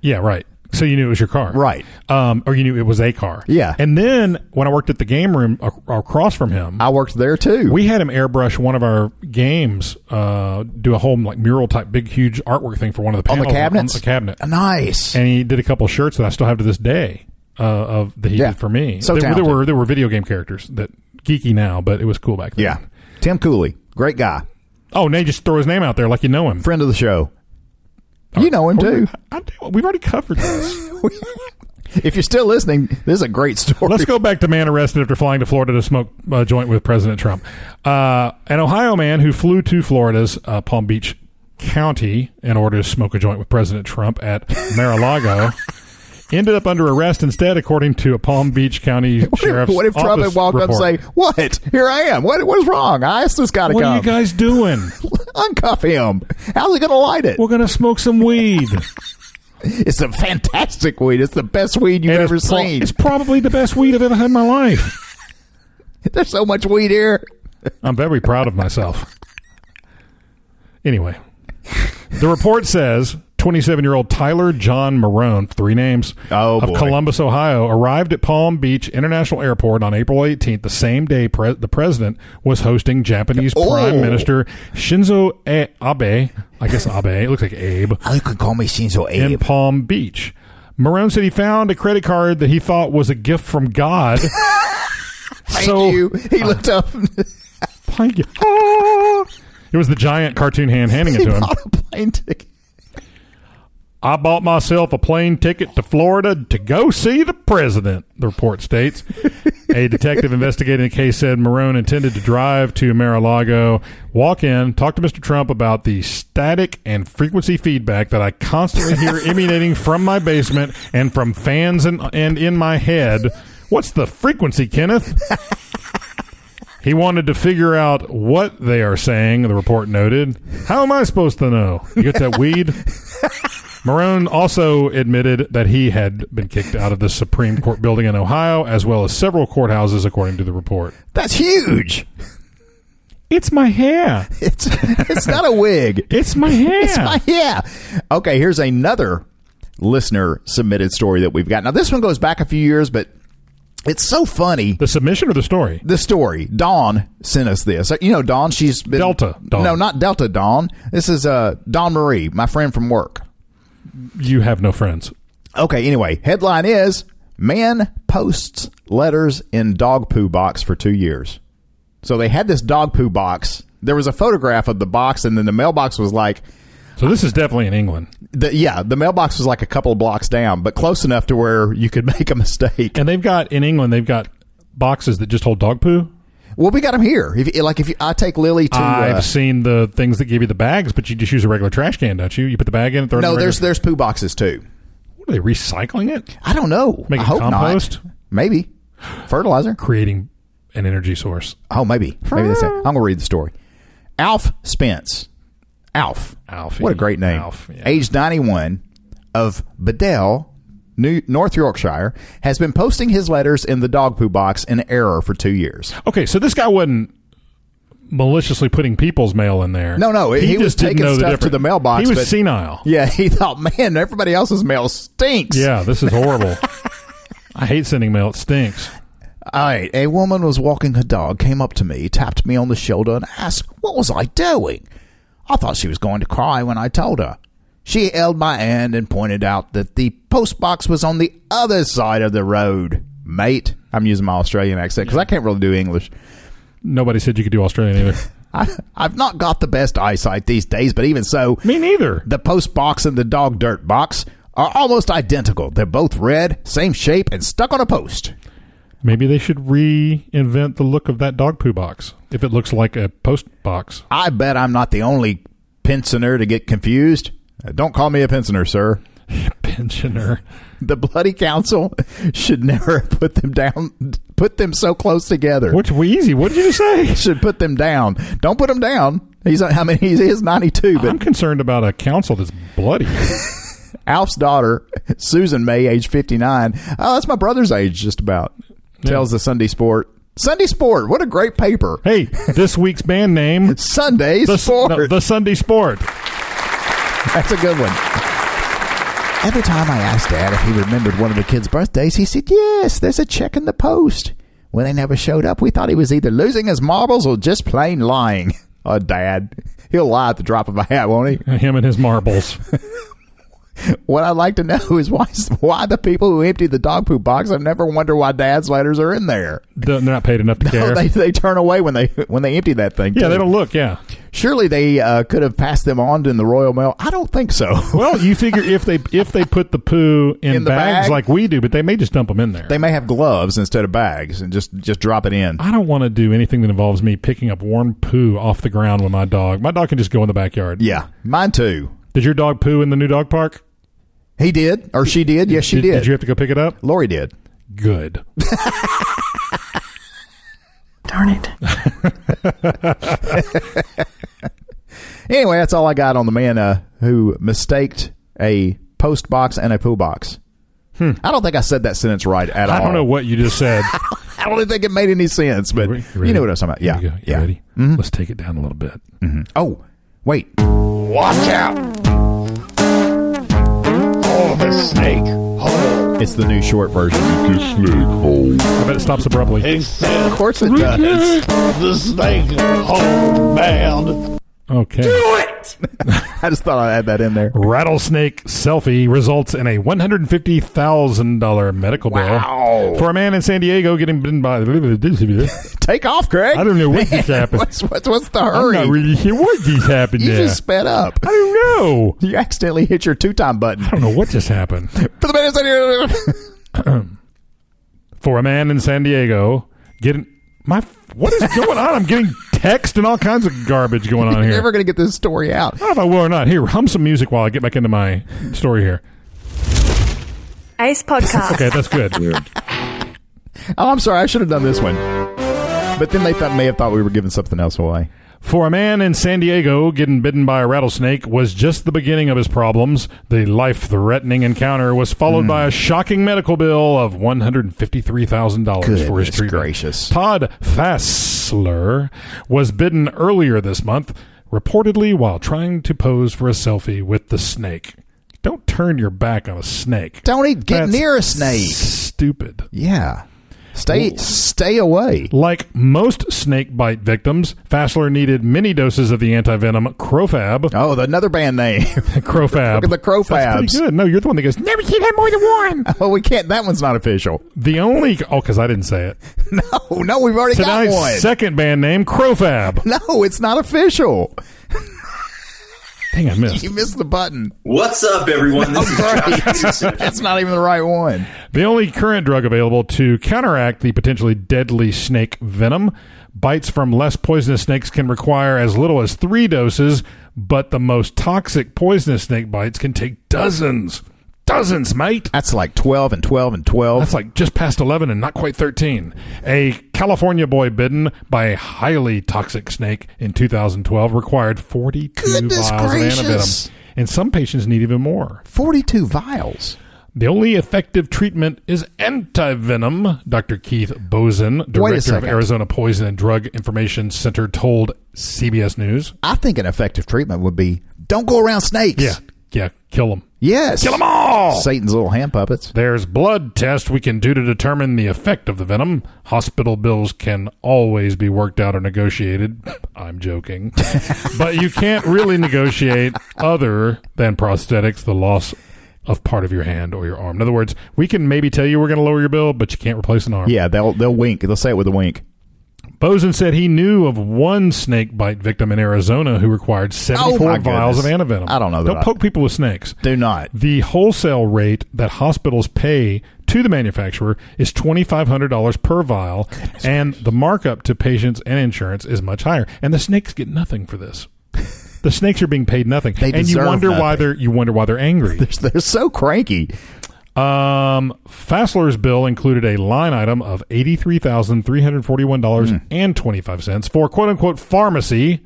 Yeah, right. So you knew it was your car,
Right.
Um, or you knew it was a car.
Yeah.
And then when I worked at the game room ac- across from him,
I worked there too.
we had him airbrush one of our games, uh, do a whole like mural type, big, huge artwork thing for one of the
on the
panels
cabinets,
on the cabinet,
Nice.
and he did a couple shirts that I still have to this day uh, of that he
Yeah.
did for me.
So
there, there
talented.
were there were video game characters that geeky now, but it was cool back then.
yeah, Tim Cooley, great guy,
Oh, now you just throw his name out there like you know him.
friend of the show. You know him too.
I do. We've already covered this.
if you're still listening, this is a great story.
Let's go back to man arrested after flying to Florida to smoke a joint with President Trump. Uh, an Ohio man who flew to Florida's uh, Palm Beach County in order to smoke a joint with President Trump at Mar-a-Lago ended up under arrest instead, according to a Palm Beach County
What if,
sheriff's
what if Trump had
office
walked
report.
up and say, "Oh "What? Here I am. What? What's wrong? I asked this guy to
"What are
come.
you guys doing?
Uncuff him. How's he going to light it?
We're gonna smoke some weed."
It's a fantastic weed. It's the best weed you've
And
ever
it's, pro-
seen.
it's probably the best weed I've ever had in my life.
There's so much weed here.
I'm very proud of myself. Anyway, the report says 27 year old Tyler John Marone, three names,
Oh,
of
boy.
Columbus, Ohio, arrived at Palm Beach International Airport on April 18th, the same day pre- the president was hosting Japanese
Oh.
Prime Minister Shinzo A- Abe. I guess Abe. It looks like Abe
Oh, You could call me Shinzo
in Palm Beach. Marone said he found a credit card that he thought was a gift from God.
Thank
so-
you. He looked up.
Thank you. Ah! It was the giant cartoon hand handing it
he
to him.
bought a plane ticket.
I bought myself a plane ticket to Florida to go see the president, the report states. a detective investigating the case said Marone intended to drive to Mar-a-Lago, walk in, talk to Mr. Trump about the static and frequency feedback that I constantly hear emanating from my basement and from fans and, and in my head. What's the frequency, Kenneth? He wanted to figure out what they are saying, the report noted. How am I supposed to know? You get that weed? Marone also admitted that he had been kicked out of the Supreme Court building in Ohio, as well as several courthouses, according to the report.
That's huge.
It's my hair.
It's it's not a wig.
It's my hair.
It's my yeah. Okay, here's another listener submitted story that we've got. Now this one goes back a few years, but it's so funny.
the submission or the story?
The story. Dawn sent us this. You know, Dawn. She's been
Delta Dawn.
No, not Delta Dawn. This is uh, Dawn Marie, my friend from work.
You have no friends.
Okay, anyway, headline is Man posts letters in dog poo box for two years. So they had this dog poo box There was a photograph of the box, and then the mailbox was like,
So this is definitely in England.
the, yeah, the mailbox was like a couple of blocks down, but close enough to where you could make a mistake.
And they've got in England they've got boxes that just hold dog poo.
Well, we got them here. If, like if you, I take Lily to uh,
I've seen the things that give you the bags, but you just use a regular trash can, don't you? You put the bag in, throw it.
no,
in the
there's
regular-
there's poo boxes too.
what are they recycling it?
I don't know.
Make
I
it
hope
compost?
not. Maybe fertilizer.
Creating an energy source.
Oh, maybe. Maybe that's it. I'm going to read the story. Alf Spence. Alf.
Alfie.
What a great name.
Alf, yeah.
Age 91 of Bedell, New, North Yorkshire, has been posting his letters in the dog poo box in error for two years.
Okay, so this guy wasn't maliciously putting people's mail in there.
No, no, he,
just
was
didn't
taking
know the
stuff to
difference.
the mailbox.
He was
but-
senile.
Yeah, he thought, man, everybody else's mail stinks.
Yeah, this is horrible. I hate sending mail. It stinks.
All right. A woman was walking her dog, came up to me, tapped me on the shoulder, and asked, What was I doing? I thought she was going to cry when I told her. She held my hand and pointed out that the post box was on the other side of the road. Mate, I'm using my Australian accent because I can't really do English.
Nobody said you could do Australian either.
I, I've not got the best eyesight these days, but even so,
Me neither.
the post box and the dog dirt box are almost identical. They're both red, same shape, and stuck on a post.
Maybe they should reinvent the look of that dog poo box if it looks like a post box.
I bet I'm not the only pensioner to get confused. Uh, Don't call me a pensioner, sir.
Pensioner.
The bloody council should never have put them down, put them so close together.
Which wheezy? What did you say?
Should put them down. Don't put them down. He's, I mean, he's, he's 92, but
I'm concerned about a council that's bloody.
Alf's daughter, Susan May, age 59. Oh, that's my brother's age, just about. Tells the Sunday Sport. Sunday Sport, what a great paper.
hey, this week's band name
Sunday
the,
Sport.
no, the Sunday Sport.
That's a good one. Every time I asked Dad if he remembered one of the kids' birthdays, he said, Yes, there's a check in the post. When they never showed up, we thought he was either losing his marbles or just plain lying. Oh, Dad. He'll lie at the drop of a hat, won't he?
Him and his marbles.
What I'd like to know is why, why the people who empty the dog poop box have never wondered why Dad's letters are in there.
They're not paid enough to care.
They, they turn away when they when they empty that thing.
yeah,
too.
they don't look. Yeah.
Surely they uh, could have passed them on in the Royal Mail. I don't think so.
Well, you figure if they if they put the poo in,
In the
bags
bag?
like we do, but they may just dump them in there.
They may have gloves instead of bags and just just drop it in.
I don't want to do anything that involves me picking up warm poo off the ground with my dog. My dog can just go in the backyard.
Yeah, mine too.
Did your dog poo in the new dog park?
He did, or she did. Yes, she
did,
did.
Did you have to go pick it up?
Lori did.
Good.
Darn it.
Anyway, that's all I got on the man uh, who mistaked a post box and a poo box. I don't think I said that sentence right at all.
Hmm. I don't know what you just said.
I don't think it made any sense, but
Re-
you
ready?
know what I'm talking about. Yeah,
Here we go. You
yeah. Mm-hmm.
Ready? Let's take it down a little bit.
Oh, wait. Watch out! Oh, the snake hole. It's the new short version.
I bet it stops abruptly.
Of course it does.
Okay.
I just thought I'd add that in there.
Rattlesnake selfie results in a one hundred fifty thousand dollar medical
Wow.
bill for a man in San Diego getting bitten by. I don't
Take off, Craig.
know what just happened.
What's, what's, what's the
I'm
hurry?
not really sure what just happened
you
there.
just sped up.
I don't know.
You accidentally hit your two time button.
I don't know what just happened.
For the minutes in here.
For a man in San Diego getting my what is going on? I'm getting text and all kinds of garbage going on
You're
here.
never going to get this story out.
I don't know if I will or not. Here, hum some music while I get back into my story here.
Ace Podcast.
Okay, that's good.
Oh, I'm sorry. I should have done this one. But then they thought, may have thought we were giving something else away.
For a man in San Diego, getting bitten by a rattlesnake was just the beginning of his problems. The life threatening encounter was followed by a
Hmm.
shocking medical bill of $153,000 for his
Goodness
treatment.
gracious.
Todd Fassler was bitten earlier this month, reportedly while trying to pose for a selfie with the snake. Don't turn your back on a snake.
Don't eat, get
That's
near a snake.
Stupid.
Yeah. Stay stay away.
Like most snake bite victims, Fassler needed many doses of the antivenom Crofab.
Oh, the- another band name.
Crofab.
the Crofabs.
That's pretty good. No, you're the one that goes, never should have more than one.
well, we can't. That one's not official.
The only, oh, because I didn't say it.
Oh no, we've already got one.
Tonight's second band name, Crofab.
no, it's not official.
Dang, I missed.
You missed the button.
What's up, everyone? This is Josh Newsom.
That's not even the right one.
The only current drug available to counteract the potentially deadly snake venom. Bites from less poisonous snakes can require as little as three doses, but the most toxic poisonous snake bites can take dozens. Dozens, mate.
That's like twelve and twelve and twelve.
That's like just past 11 and not quite 13. A California boy bitten by a highly toxic snake in 2012 required 42
Goodness
vials of
gracious.
antivenom. And some patients need even more.
Forty-two vials.
The only effective treatment is antivenom, Dr. Keith Bozen, director of
second.
Arizona Poison and Drug Information Center, told CBS News.
I think an effective treatment would be don't go around snakes.
Yeah, yeah, kill them.
Yes. Kill them
all!
Satan's little hand puppets.
There's blood tests we can do to determine the effect of the venom. Hospital bills can always be worked out or negotiated. I'm joking. but you can't really negotiate other than prosthetics, the loss of part of your hand or your arm. In other words, we can maybe tell you we're going to lower your bill, but you can't replace an arm.
Yeah, they'll they'll wink. They'll say it with a wink.
Bozen said he knew of one snake bite victim in Arizona who required 74
Oh my
vials of
goodness.
antivenom.
I don't know that
Don't
I-
poke people with snakes.
Do not.
The wholesale rate that hospitals pay to the manufacturer is $2,500 per vial, and the markup to patients and insurance is much higher. And the snakes get nothing for this. The snakes are being paid nothing,
They
and you
deserve
wonder why
nothing.
they're you wonder why they're angry.
They're so cranky.
Um, Fassler's bill included a line item of eighty-three thousand three hundred forty-one dollars
Hmm.
and twenty-five cents for "quote unquote" pharmacy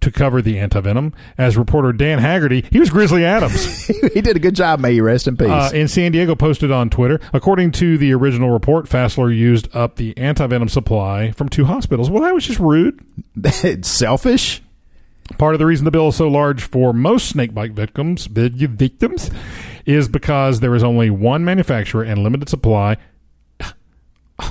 to cover the antivenom. As reporter Dan Haggerty, he was Grizzly Adams
he did a good job. May you rest in peace.
uh, in San Diego, posted on Twitter. According to the original report, Fassler used up the antivenom supply from two hospitals. Well, that was just rude.
It's selfish.
Part of the reason the bill is so large for most snake bite victims vid- victims is because there is only one manufacturer and limited supply. You know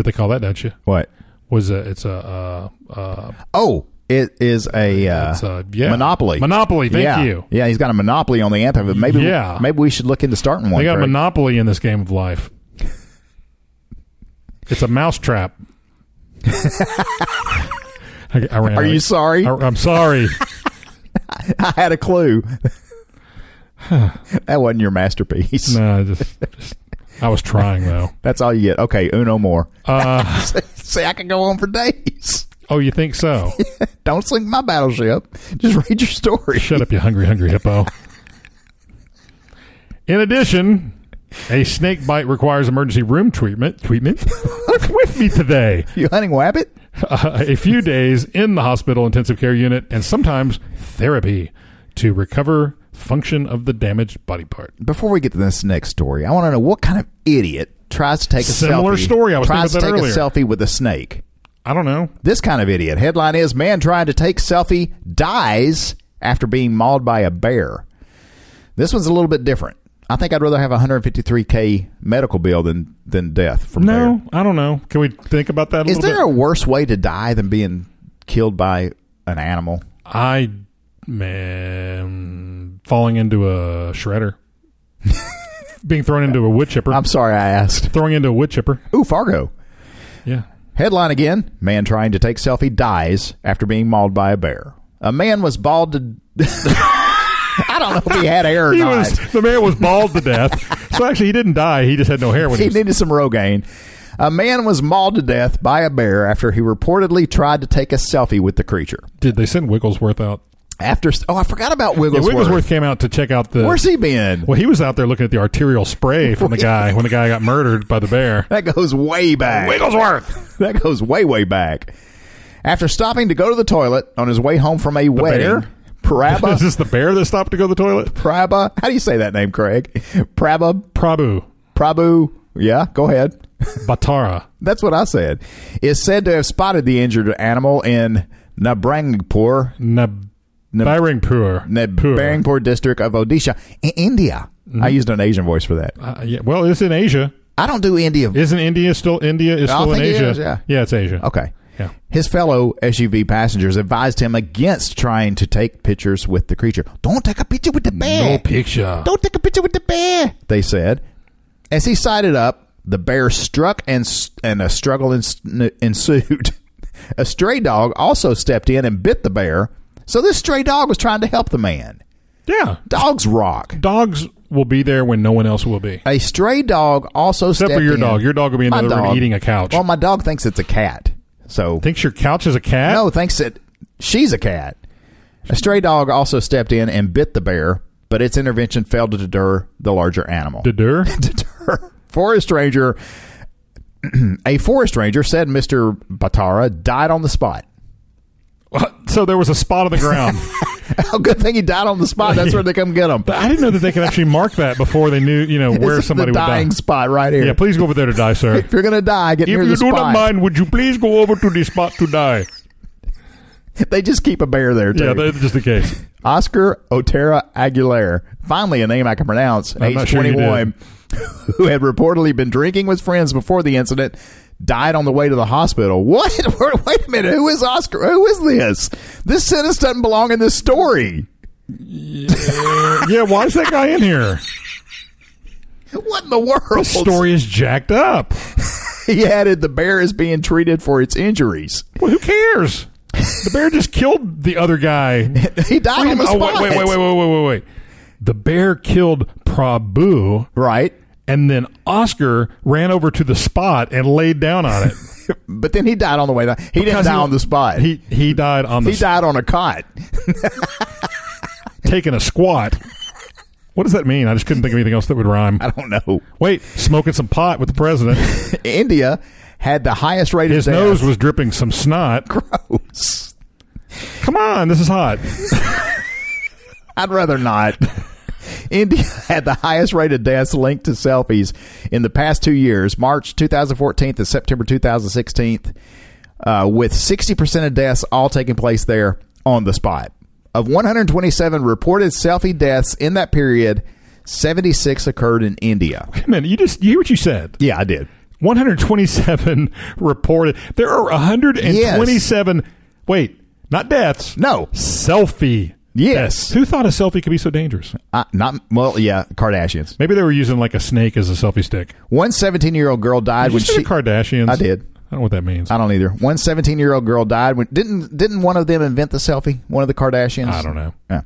what they call that, don't you?
What?
Was a it's a uh, uh,
Oh, it is a, uh,
It's a- yeah.
monopoly.
Monopoly, thank
yeah.
you.
Yeah, he's got a monopoly on the antivenom. Maybe
Yeah.
maybe we should look into starting one.
they got a
Greg.
monopoly in this game of life. It's a mousetrap. I, I ran
Are
out
you
of-
sorry?
I, I'm sorry.
I had a clue. that wasn't your masterpiece.
no, I just, just I was trying though.
That's all you get. Okay, uno more.
Uh.
See, I could go on for days.
Oh, you think so?
Don't sink my battleship. Just read your story.
Shut up, you hungry, hungry hippo. In addition, a snake bite requires emergency room treatment. Treatment? What's with me today?
You hunting wabbit?
Uh, a few days in the hospital intensive care unit and sometimes therapy to recover function of the damaged body part.
Before we get to this next story, I want to know what kind of idiot tries to take a
Similar
selfie.
story. I was
tries to
thinking
take
of that
a selfie with a snake.
I don't know.
This kind of idiot. Headline is Man trying to take selfie dies after being mauled by a bear. This one's a little bit different. I think I'd rather have a 153k medical bill than than death from
No, I don't know. Can we think about that a
bear. Is
little
there a
bit?
worse way to die than being killed by an animal?
I man falling into a shredder. Being thrown into a wood chipper.
I'm sorry I asked.
throwing into a wood chipper.
Ooh, Fargo.
Yeah.
Headline again Man trying to take selfie dies after being mauled by a bear. A man was mauled to. I don't know if he had hair or
He
not.
was the man was bald to death. So actually, he didn't die. He just had no hair when he,
he
was,
needed some Rogaine. A man was mauled to death by a bear after he reportedly tried to take a selfie with the creature.
did. They sent Wigglesworth out.
After oh, I forgot about
Yeah,
Wigglesworth.
Wigglesworth uh, came out to check out the.
Where's he been?
Well, he was out there looking at the arterial spray from the guy when the guy got murdered by the bear.
That goes way back.
Wigglesworth.
That goes way way back. After stopping to go to the toilet on his way home from a wedding,
bear?
Paraba.
Is this the bear that stopped to go to the toilet?
Praba. How do you say that name, Craig? Praba.
Prabhu
Prabhu. Yeah, go ahead.
Batara.
That's what I said. Is said to have spotted the injured animal in Nabrangpur,
Nab- Nabarangpur. Pur.
Nabrangpur district of Odisha, in India. I used an Asian voice for that.
Uh, yeah, well, it's in Asia.
I don't do India.
Isn't India still India is
I
still in
think it
Asia?
is, yeah.
it's Asia.
Okay.
Yeah.
His fellow SUV passengers advised him against trying to take pictures with the creature. Don't take a picture with the bear.
picture.
Don't take a picture with the bear, they said. As he sighted up, the bear struck and s- and a struggle ens- ensued. a stray dog also stepped in and bit the bear. So this stray dog was trying to help the man.
Yeah.
Dogs rock.
Dogs will be there when no one else will be.
A stray dog also
Except for
stepped
your
in.
dog. Your dog will be in
My
another room
dog-
eating a couch.
Well, my dog thinks it's a cat. So
Thinks your couch is a cat?
No, thinks that she's a cat. A stray dog also stepped in and bit the bear, but its intervention failed to deter the larger animal.
Deter?
deter. Forest ranger, a forest ranger said Mr. Batara died on the spot.
so there was a spot on the ground.
Oh, good thing he died on the spot. That's where they come get him.
But I didn't know that they could actually mark that before they knew, you know,
This
where
is
somebody
the
would
dying
die.
spot right here.
Yeah, please go over there to die, sir.
If you're gonna die, get
if
near
you
the
do not
spot.
mind, would you please go over to the spot to die?
They just keep a bear there too.
Yeah, that's just the case.
Oscar Otera Aguilera, finally a name I can pronounce,
I'm
age
not sure you
21, who had reportedly been drinking with friends before the incident, died on the way to the hospital. What? Wait- Wait a minute. Who is Oscar? Who is this? This sentence doesn't belong in this story.
yeah, why is that guy in here?
What in the world?
This story is jacked up.
He added the bear is being treated for its injuries.
Well, who cares? The bear just killed the other guy.
He died on the
oh,
spot.
wait, wait, wait, wait, wait, wait, wait, wait. The bear killed Prabhu,
Right.
and then Oscar ran over to the spot and laid down on it.
But then he died on the way. down. He didn't
Because
die on the spot.
He he died on the
he died on a cot.
taking a squat. What does that mean? I just couldn't think of anything else that would rhyme.
I don't know.
Wait, smoking some pot with the president.
India had the highest rate
His
of deaths.
nose was dripping some snot. Come on, this is hot.
I'd rather not. India had the highest rate of deaths linked to selfies in the past two years, March 2014 to September 2016, uh, with 60% of deaths all taking place there on the spot. Of 127 reported selfie deaths in that period, 76 occurred in India.
Man, you just you hear what you said.
Yeah, I did.
127 reported. There are 127. Wait, not deaths.
No.
Selfie.
Yes.
deaths. Who thought a selfie could be so dangerous?
Uh, not well, yeah, Kardashians.
Maybe they were using like a snake as a selfie stick.
One 17-year-old girl died
Did you
when
say
she
the Kardashians?
I did.
I don't know what that means.
I don't either. One 17-year-old girl died when didn't didn't one of them invent the selfie? One of the Kardashians?
I don't know.
Yeah.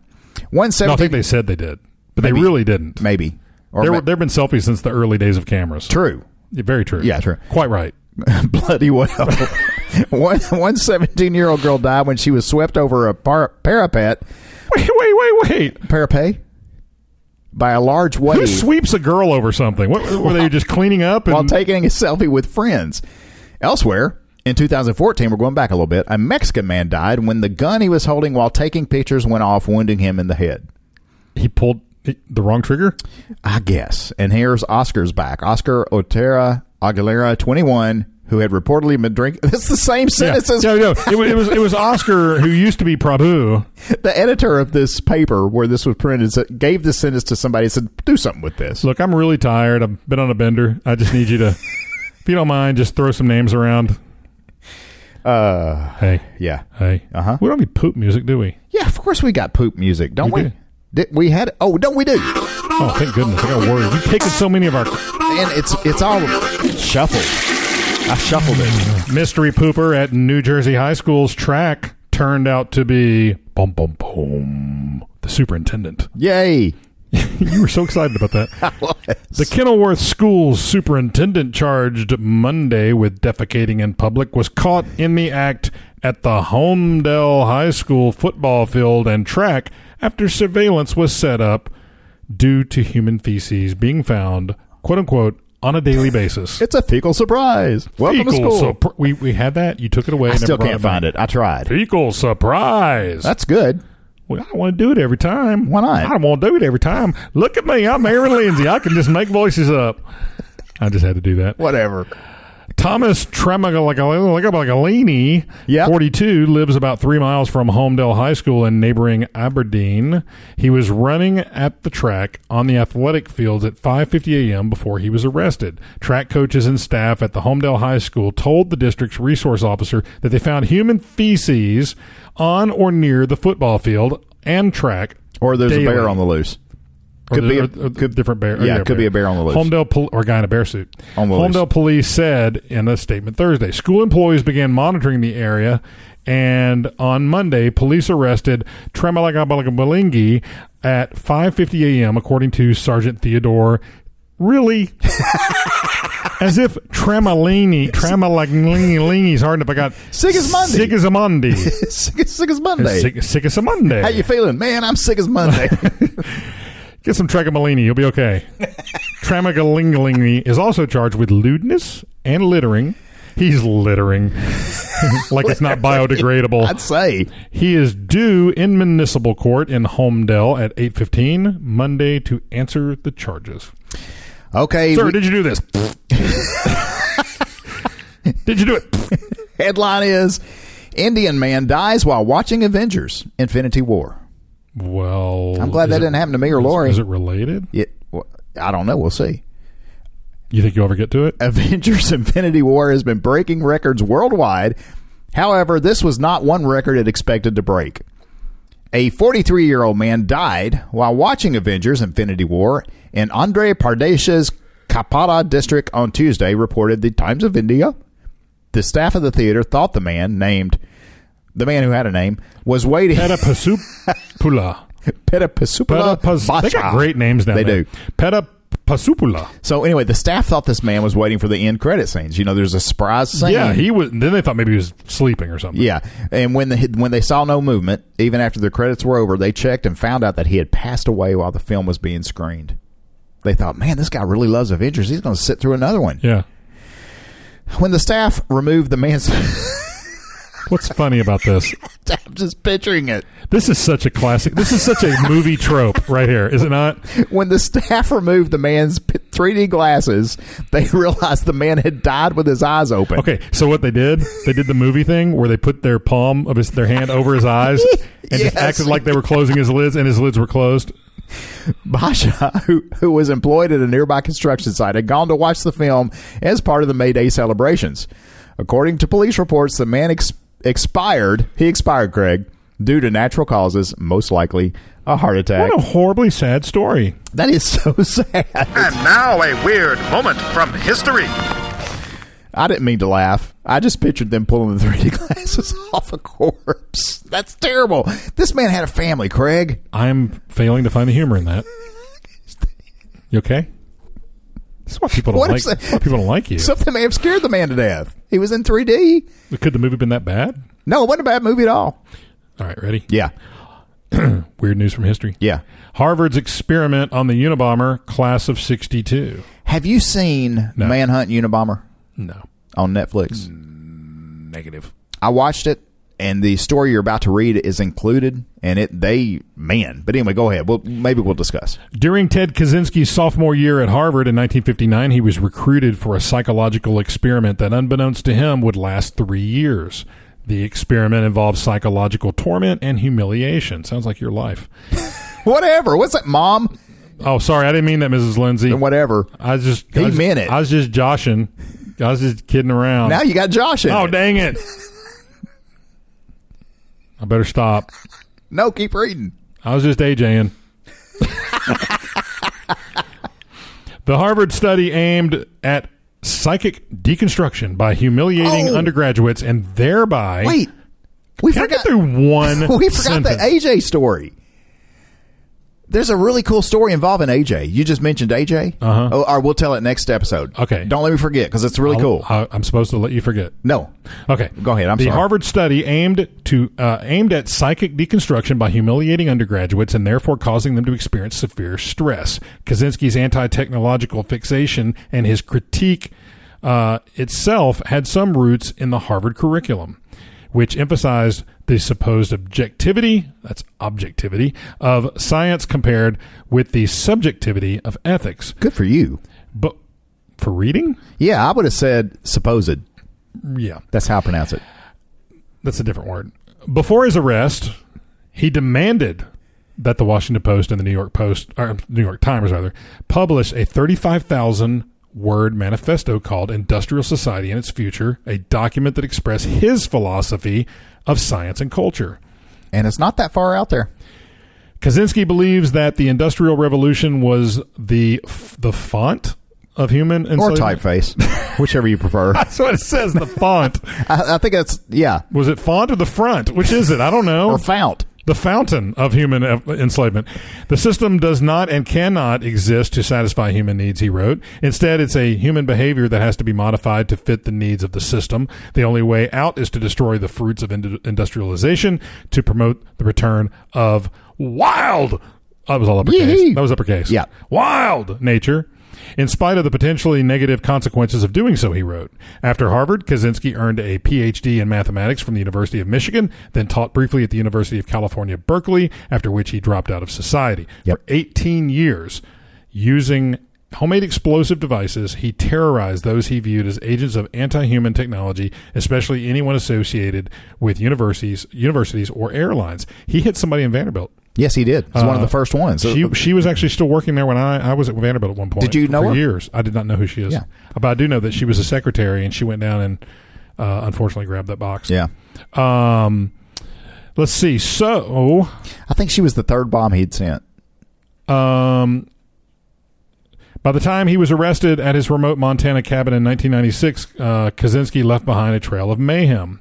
One
No, I think
seventeen,
they said they did, but
Maybe.
they really didn't.
maybe. Or
There
ma-
were there have been selfies since the early days of cameras.
true.
Yeah, Very true.
Yeah, true.
Quite right.
Bloody well. one one 17 year old girl died when she was swept over a par- parapet
Wait, wait, wait, wait.
parapet by a large
Who
wave
sweeps a girl over something? What, were they just cleaning up? And,
while taking a selfie with friends. Elsewhere. In 2014, we're going back a little bit. A Mexican man died when the gun he was holding while taking pictures went off, wounding him in the head.
he pulled the wrong trigger.
I guess. And here's Oscar's back. Oscar Otera Aguilera, 21, who had reportedly been drinking. That's the same sentence as
No, no. It was, it was it was Oscar who used to be Prabhu.
the editor of this paper where this was printed said- gave this sentence to somebody and said, do something with this.
Look, I'm really tired. I've been on a bender. I just need you to, if you don't mind, just throw some names around.
Uh,
Hey,
yeah.
hey.
Uh-huh.
We don't need poop music, do we?
Yeah, of course we got poop music, don't
We
we?
do.
Did- we had oh no we do
Oh, thank goodness! I got worried. We've taken so many of our
and it's it's all shuffled i shuffled it
mystery pooper at New Jersey High School's track turned out to be bum bum bum the superintendent.
yay
You were so excited about that. The Kenilworth School's superintendent charged Monday with defecating in public was caught in the act at the Homedale High School football field and track after surveillance was set up due to human feces being found, quote unquote, on a daily basis.
it's a fecal surprise welcome to
Fecal
school
surpr- we, we had that. You took it away.
i
and never
still
brought
can't find it i
back.
tried
Fecal surprise.
that's good
Well, I don't want to do it every time.
Why not?
I don't want to do it every time. Look at me. I'm Aaron Lindsay. I can just make voices up. I just had to do that.
whatever
Thomas Tremagalini,
Yeah.
42, lives about three miles from Homedale High School in neighboring Aberdeen. He was running at the track on the athletic fields at 5.50 a.m. before he was arrested. Track coaches and staff at the Homedale High School told the district's resource officer that they found human feces on or near the football field and track.
Or there's
daily.
a bear on the loose.
Or
Could
the-
be a-
or- or
could-
different bear. or
yeah, could be a bear on the loose.
Homedale pol- or a guy in a bear suit.
On the
Homedale
loose.
police said in a statement Thursday, school employees began monitoring the area, and on Monday, police arrested Tremalagabalagabalingi at 5:50 a.m. According to Sergeant Theodore, really. As if Tremalini, Tremalaglingi is hard enough. I got
Sigismondi.
Sigismondi.
sick, as- sick as Monday.
Sig- Sigismondi.
How you feeling, man? I'm sick as Monday.
Get some Tragamalini. You'll be okay. Tramagalinglingi is also charged with lewdness and littering. He's littering. like it's not
I'd
biodegradable.
say
He is due in municipal court in Homedale at 8.15 Monday to answer the charges.
okay.
Sir,
we-
did you do this? did you do it?
headline is Indian man dies while watching Avengers: Infinity War.
Well,
I'm glad
is
that
it-
didn't happen to me or
is-
Lori.
Is it related?
It, well, I don't know. We'll see.
You think you'll ever get to it?
Avengers Infinity War has been breaking records worldwide. However, this was not one record it expected to break. A 43 year old man died while watching Avengers Infinity War in Andre Pardesha's Kapara district on Tuesday, reported the Times of India. The staff of the theater thought the man named, the man who had a name, was waiting.
Petapasupula.
Peta Pasupula
Petapas- they
Bacha.
got great names down
They
there.
do.
Petapasupula.
So anyway, the staff thought this man was waiting for the end credit scenes. You know, there's a surprise scene.
Yeah, he was. Then they thought maybe he was sleeping or something.
Yeah, and when the when they saw no movement, even after the credits were over, they checked and found out that he had passed away while the film was being screened. They thought, man, this guy really loves Avengers. He's going to sit through another one.
Yeah.
When the staff removed the man's,
What's funny about this?
I'm just picturing it.
This is such a classic. This is such a movie trope right here, is it not?
When the staff removed the man's p- 3D glasses, they realized the man had died with his eyes open.
Okay, so what they did, they did the movie thing where they put their palm of his, their hand over his eyes and
Yes.
just acted like they were closing his lids, and his lids were closed.
Basha, who, who was employed at a nearby construction site, had gone to watch the film as part of the May Day celebrations. According to police reports, the man ex- expired. He expired, Craig, due to natural causes, most likely a heart attack.
What a horribly sad story.
That is so sad.
And now a weird moment from history.
I didn't mean to laugh. I just pictured them pulling the 3D glasses off a corpse. That's terrible. This man had a family, Craig.
I'm failing to find the humor in that. You okay? This is why people don't
What
like.
is that?
why people don't like you.
Something may have scared the man to death. He was in 3D.
Could the movie been that bad?
No, it wasn't a bad movie at all.
All right, ready?
Yeah.
Weird news from history.
Yeah.
Harvard's experiment on the Unabomber class of 62.
Have you seen
No.
Manhunt Unabomber
No.
on Netflix?
Mm, Negative.
I watched it, and the story you're about to read is included, and it they man. But anyway, go ahead. We'll maybe we'll discuss.
During Ted Kaczynski's sophomore year at Harvard in 1959, he was recruited for a psychological experiment that, unbeknownst to him, would last three years. The experiment involved psychological torment and humiliation. Sounds like your life.
Whatever. What's that, Mom?
Oh, sorry, I didn't mean that, Mrs. Lindsay.
And whatever.
I was just
He
I was-
meant it.
I was just joshing. I was just kidding around.
Now you got Josh in.
oh,
it.
dang it! I better stop.
No, keep reading.
I was just AJing. the Harvard study aimed at psychic deconstruction by humiliating
Oh.
undergraduates and thereby.
Wait, we
Can I
forgot.
get through one?
we forgot
sentence?
the AJ story. There's a really cool story involving AJ. You just mentioned AJ. Uh-huh. Oh, all right, we'll tell it next episode.
Okay.
Don't let me forget because it's really
I'll-
cool.
I, am supposed to let you forget.
no.
Okay,
Go ahead, I'm
the
sorry.
Harvard study aimed to uh, aimed at psychic deconstruction by humiliating undergraduates and therefore causing them to experience severe stress. Kaczynski's anti-technological fixation and his critique uh, itself had some roots in the Harvard curriculum, which emphasized the supposed objectivity that's objectivity of science compared with the subjectivity of ethics.
Good for you.
But for reading.
Yeah, I would have said supposed.
Yeah,
That's how I pronounce it.
that's a different word. Before his arrest, he demanded that the Washington Post and the New York Post, or um, New York Times rather, publish a 35,000 word manifesto called Industrial Society and Its Future, a document that expressed his philosophy of science and culture.
And it's not that far out there.
Kaczynski believes that the Industrial Revolution was the f- the font of human
Or
enslavement.
typeface, whichever you prefer. I,
That's what it says. The font
I think that's, yeah,
was it font or the front? Which is it? I don't know.
or fount.
the fountain of human ev- enslavement. The system does not and cannot exist to satisfy human needs, he wrote. Instead, it's a human behavior that has to be modified to fit the needs of the system. The only way out is to destroy the fruits of ind- industrialization to promote the return of wild. That was all uppercase.
Yee-hee.
That was uppercase.
Yeah.
Wild nature. In spite of the potentially negative consequences of doing so, he wrote. After Harvard, Kaczynski earned a PhD in mathematics from the University of Michigan, then taught briefly at the University of California, Berkeley, after which he dropped out of society.
Yep.
For 18 years, using homemade explosive devices, he terrorized those he viewed as agents of anti-human technology, especially anyone associated with universities, universities or airlines. He hit somebody in Vanderbilt.
Yes, he did. He's one of
Uh,
the first ones.
She she was actually still working there when I, I was at Vanderbilt at one point.
Did you know
for
her?
years? I did not know who she is. Uh,
Yeah.
But I do know that she was a secretary and she went down and uh, unfortunately grabbed that box.
yeah.
Um, let's see. So,
I think she was the third bomb he'd sent.
um, by the time he was arrested at his remote Montana cabin in 1996, uh, Kaczynski left behind a trail of mayhem.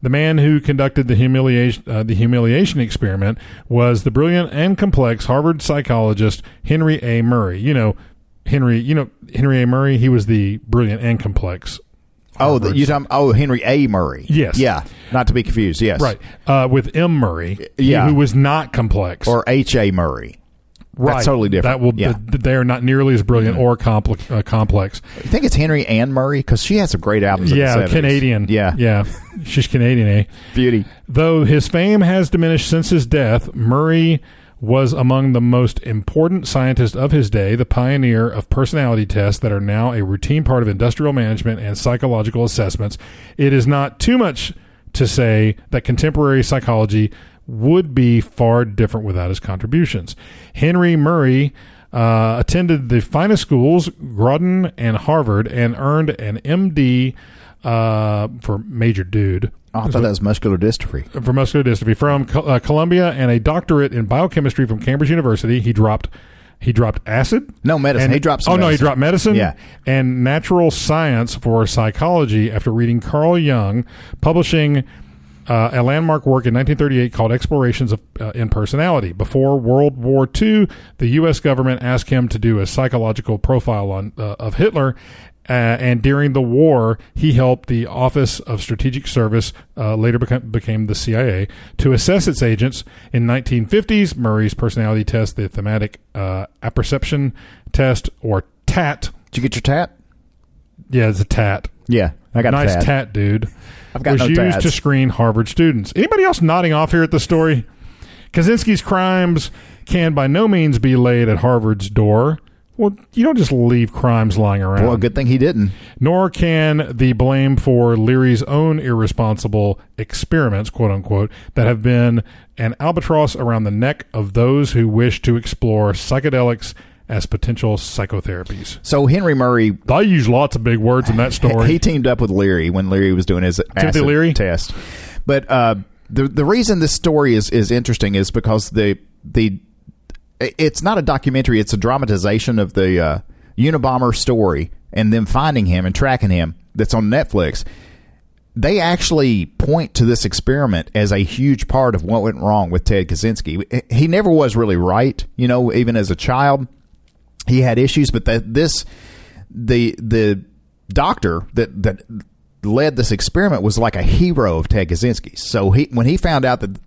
The man who conducted the humiliation, uh, the humiliation experiment was the brilliant and complex Harvard psychologist Henry A. Murray. You know, Henry. You know Henry A. Murray. He was the brilliant and complex.
Oh, the,
Harvard-
you talking? Oh, Henry A. Murray.
Yes.
Yeah. Not to be confused. Yes.
right uh, with M. Murray.
Yeah.
who was not complex
Or H. A. Murray.
right.
totally different.
That will.
Yeah.
th- they are not nearly as brilliant or complex. Uh, complex.
You think it's Henry Ann Murray because she had some great albums. in the
yeah,
70s.
Canadian.
Yeah.
yeah, she's Canadian, eh?
Beauty.
Though his fame has diminished since his death, Murray was among the most important scientists of his day, the pioneer of personality tests that are now a routine part of industrial management and psychological assessments. It is not too much to say that contemporary psychology would be far different without his contributions. Henry Murray uh, attended the finest schools, Groton and Harvard, and earned an MD uh, for major dude
Oh, I thought that was muscular dystrophy.
for muscular dystrophy from Co- uh, Columbia and a doctorate in biochemistry from Cambridge University. He dropped he dropped acid.
No, medicine.
And-
He dropped some
Oh no, he
medicine.
dropped medicine.
Yeah.
and natural science for psychology after reading Carl Jung, publishing. Uh, a landmark work in 1938 called Explorations of, uh, in Personality. Before World War II, the U.S. government asked him to do a psychological profile on uh, of Hitler, uh, and during the war, he helped the Office of Strategic Service, uh, later become, became the CIA, to assess its agents. In 1950s, Murray's personality test, the thematic uh, apperception test, or TAT.
Did you get your tat?
Yeah, it's a TAT.
Yeah, I got
nice
tat.
tat, dude.
I've got
was
no
used
tats.
to screen Harvard students. Anybody else nodding off here at the story? Kaczynski's crimes can by no means be laid at Harvard's door. Well, you don't just leave crimes lying around
Well, good thing he didn't.
nor can the blame for Leary's own irresponsible experiments, quote unquote, that have been an albatross around the neck of those who wish to explore psychedelics as potential psychotherapies.
So Henry Murray,
They use lots of big words in that story.
he teamed up with Leary when Leary was doing his acid
Leary?
test. But uh, the the reason this story is is interesting is because the the it's not a documentary; it's a dramatization of the uh, Unabomber story and them finding him and tracking him. That's on Netflix. they actually point to this experiment as a huge part of what went wrong with Ted Kaczynski. He never was really right, you know, even as a child. He had issues, but that this the the doctor that that led this experiment was like a hero of Ted Kaczynski. So he when he found out that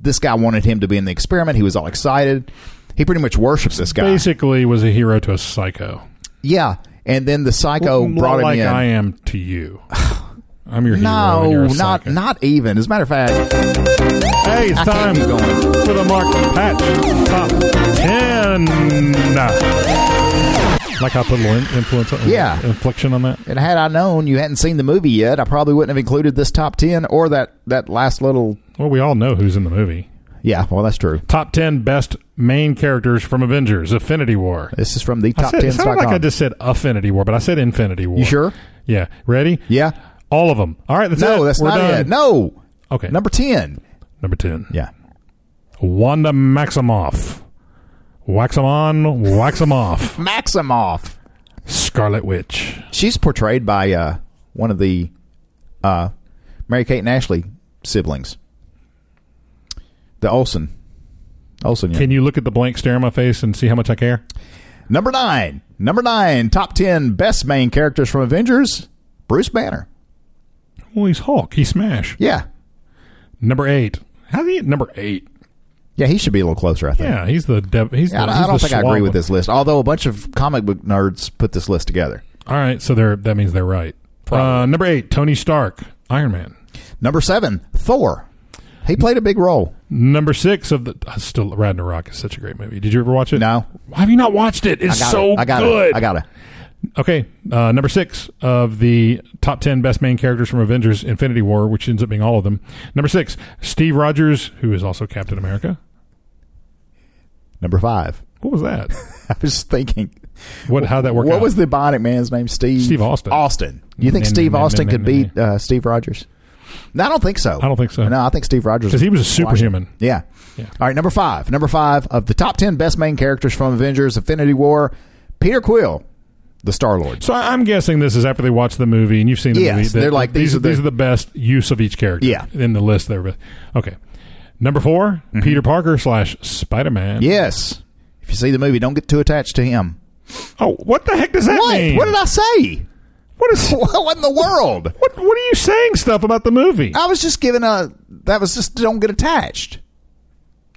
this guy wanted him to be in the experiment, he was all excited. He pretty much worships this guy.
Basically, was a hero to a psycho.
Yeah. And then the psycho
More
brought him
like
in.
I am to you. I'm your hero. and you're
no,
a
not
psycho.
not even. As a matter of fact,
Hey, it's
I can't
time
keep going.
for the Mark Patch Top 10. Like I put a little in- influence, on-
Yeah.
inflection on that.
And had I known you hadn't seen the movie yet, I probably wouldn't have included this top ten or that that last little.
Well, we all know who's in the movie.
Yeah, well, that's true.
Top ten best main characters from Avengers: Affinity War.
This is from the
I
top
said,
ten.
it sounded like I just said Affinity War, but I said Infinity War.
You sure?
Yeah. Ready?
Yeah.
All of them. All right. That's
No,
it.
that's
We're
not
done.
it. No.
Okay.
Number ten.
Number ten.
Yeah.
Wanda Maximoff. Wax 'em on, wax 'em off.
Maximoff.
Scarlet Witch.
She's portrayed by uh, one of the uh, Mary Kate and Ashley siblings, the Olsen. Olsen. Yeah.
Can you look at the blank stare on my face and see how much I care?
Number nine. Number nine. Top ten best main characters from Avengers. Bruce Banner.
Well, Oh, he's Hulk. He smash.
Yeah.
Number eight. How do you number eight?
Yeah, he should be a little closer, I think.
Yeah, he's the dev. He's
Yeah, I
the,
don't,
he's
I don't
the
think I
suave
agree with
one.
this list, although a bunch of comic book nerds put this list together.
All right, so they're that means they're right. Uh, number eight, Tony Stark, Iron Man.
Number seven, Thor. He played a big role.
Number six of the uh, still Ragnarok is such a great movie. Did you ever watch it?
No.
Why have you not watched it?
I
It's
got
so
it. I got
good.
it. I got it.
Okay, uh, number six of the top ten best main characters from Avengers: Infinity War, which ends up being all of them. Number six, Steve Rogers, who is also Captain America.
Number five.
What was that?
I was thinking,
What? How that work?
what
out?
was the bionic man's name? Steve
Steve Austin.
Austin. You think
Mm,
Steve
mm, mm,
Austin
mm,
could
mm,
beat
mm.
uh, Steve Rogers? No, I don't think so.
I don't think so.
No, I think Steve Rogers
'Cause he was a superhuman.
Yeah.
Yeah.
All right, number five. Number five of the top ten best main characters from Avengers: Infinity War. Peter Quill, the Star Lord.
So I- I'm guessing this is after they watch the movie and you've seen the
Yes,
movie. that-
they're like, these
these
are the-
these are the best use of each character.
Yeah. Mm-hmm.
in the list there. Okay, number 4 Peter Parker slash Spider Man.
Yes. If you see the movie, don't get too attached to him.
Oh, what the heck does that
What?
mean?
What did I say?
What is
What in the world?
what? What are you saying stuff about the movie?
I was just giving a. That was just don't get attached.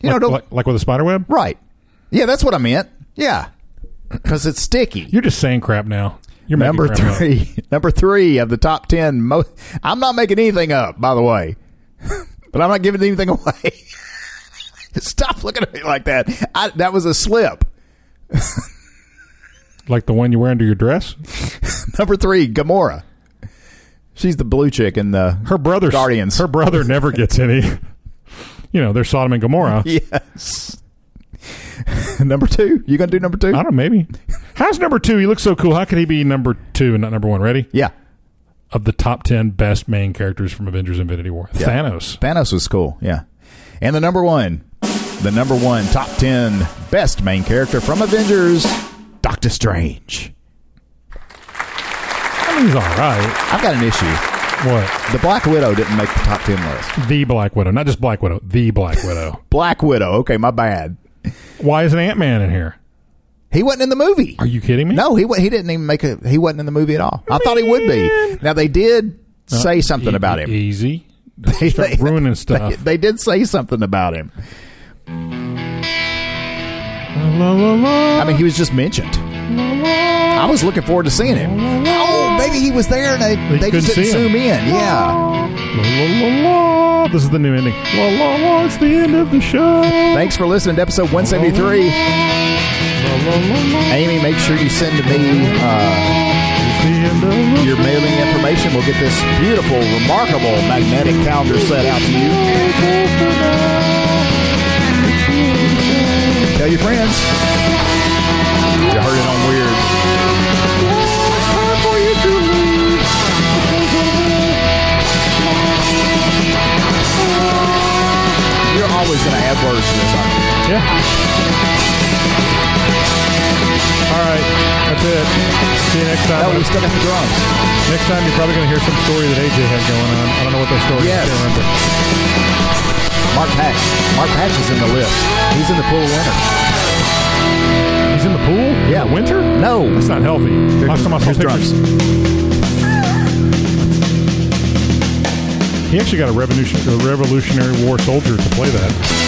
You know,
like,
don't
like, like with a spider web.
right. Yeah, that's what I meant. Yeah, because it's sticky.
You're just saying crap now. You're making
Number
crap up.
three, number three of the top ten. Mo- I'm not making anything up, by the way, but I'm not giving anything away. Stop looking at me like that. I, that was a slip.
like the one you wear under your dress.
Number three, Gamora. She's the blue chick in the
Her brother
Guardians.
Her brother never gets any. You know, they're Sodom and Gomorrah.
yes. number two, you gonna do number two?
I don't know, maybe. How's number two? He looks so cool. How could he be number two and not number one? Ready?
Yeah,
Of the top ten best main characters from Avengers Infinity War. Thanos.
Thanos was cool. Yeah, and the number one, the number one top ten best main character from Avengers, Doctor Strange.
I mean, he's all right.
I've got an issue.
What?
The Black Widow didn't make the top ten list.
The Black Widow. Not just Black Widow. The Black Widow.
Black Widow. Okay, my bad.
Why isn't Ant Man in here?
He wasn't in the movie.
Are you kidding me?
No, he wa- he didn't even make a. He wasn't in the movie at all. I thought he would be. Now they did say something
E-
about
e-
him.
Easy. Start ruining stuff.
They, they did say something about him.
La, la, la.
I mean, he was just mentioned. I was looking forward to seeing him. Oh, maybe he was there and they, they just
couldn't
didn't
see him.
zoom in. Yeah.
La, la, la, la. This is the new ending. La, la, la. It's the end of the show.
Thanks for listening to episode 173. Amy, make sure you send to me uh,
It's the end of the
your mailing information. We'll get this beautiful, remarkable magnetic calendar set out to you. Tell your friends. You heard it on Weird. You're always going to add words to this, aren't you?
Yeah. All right, that's it. See you next
No,
time.
we still got the drums.
next time, you're probably going to hear some story that AJ had going on. I don't know what that story
Yes.
is. I can't remember.
Mark Patch. Mark Patch is in the list. He's in the pool winner.
He's in the pool?
Yeah.
In the winter?
No.
That's not healthy. Last time I saw
here's
pictures. He actually got a revolution, a Revolutionary War soldier to play that.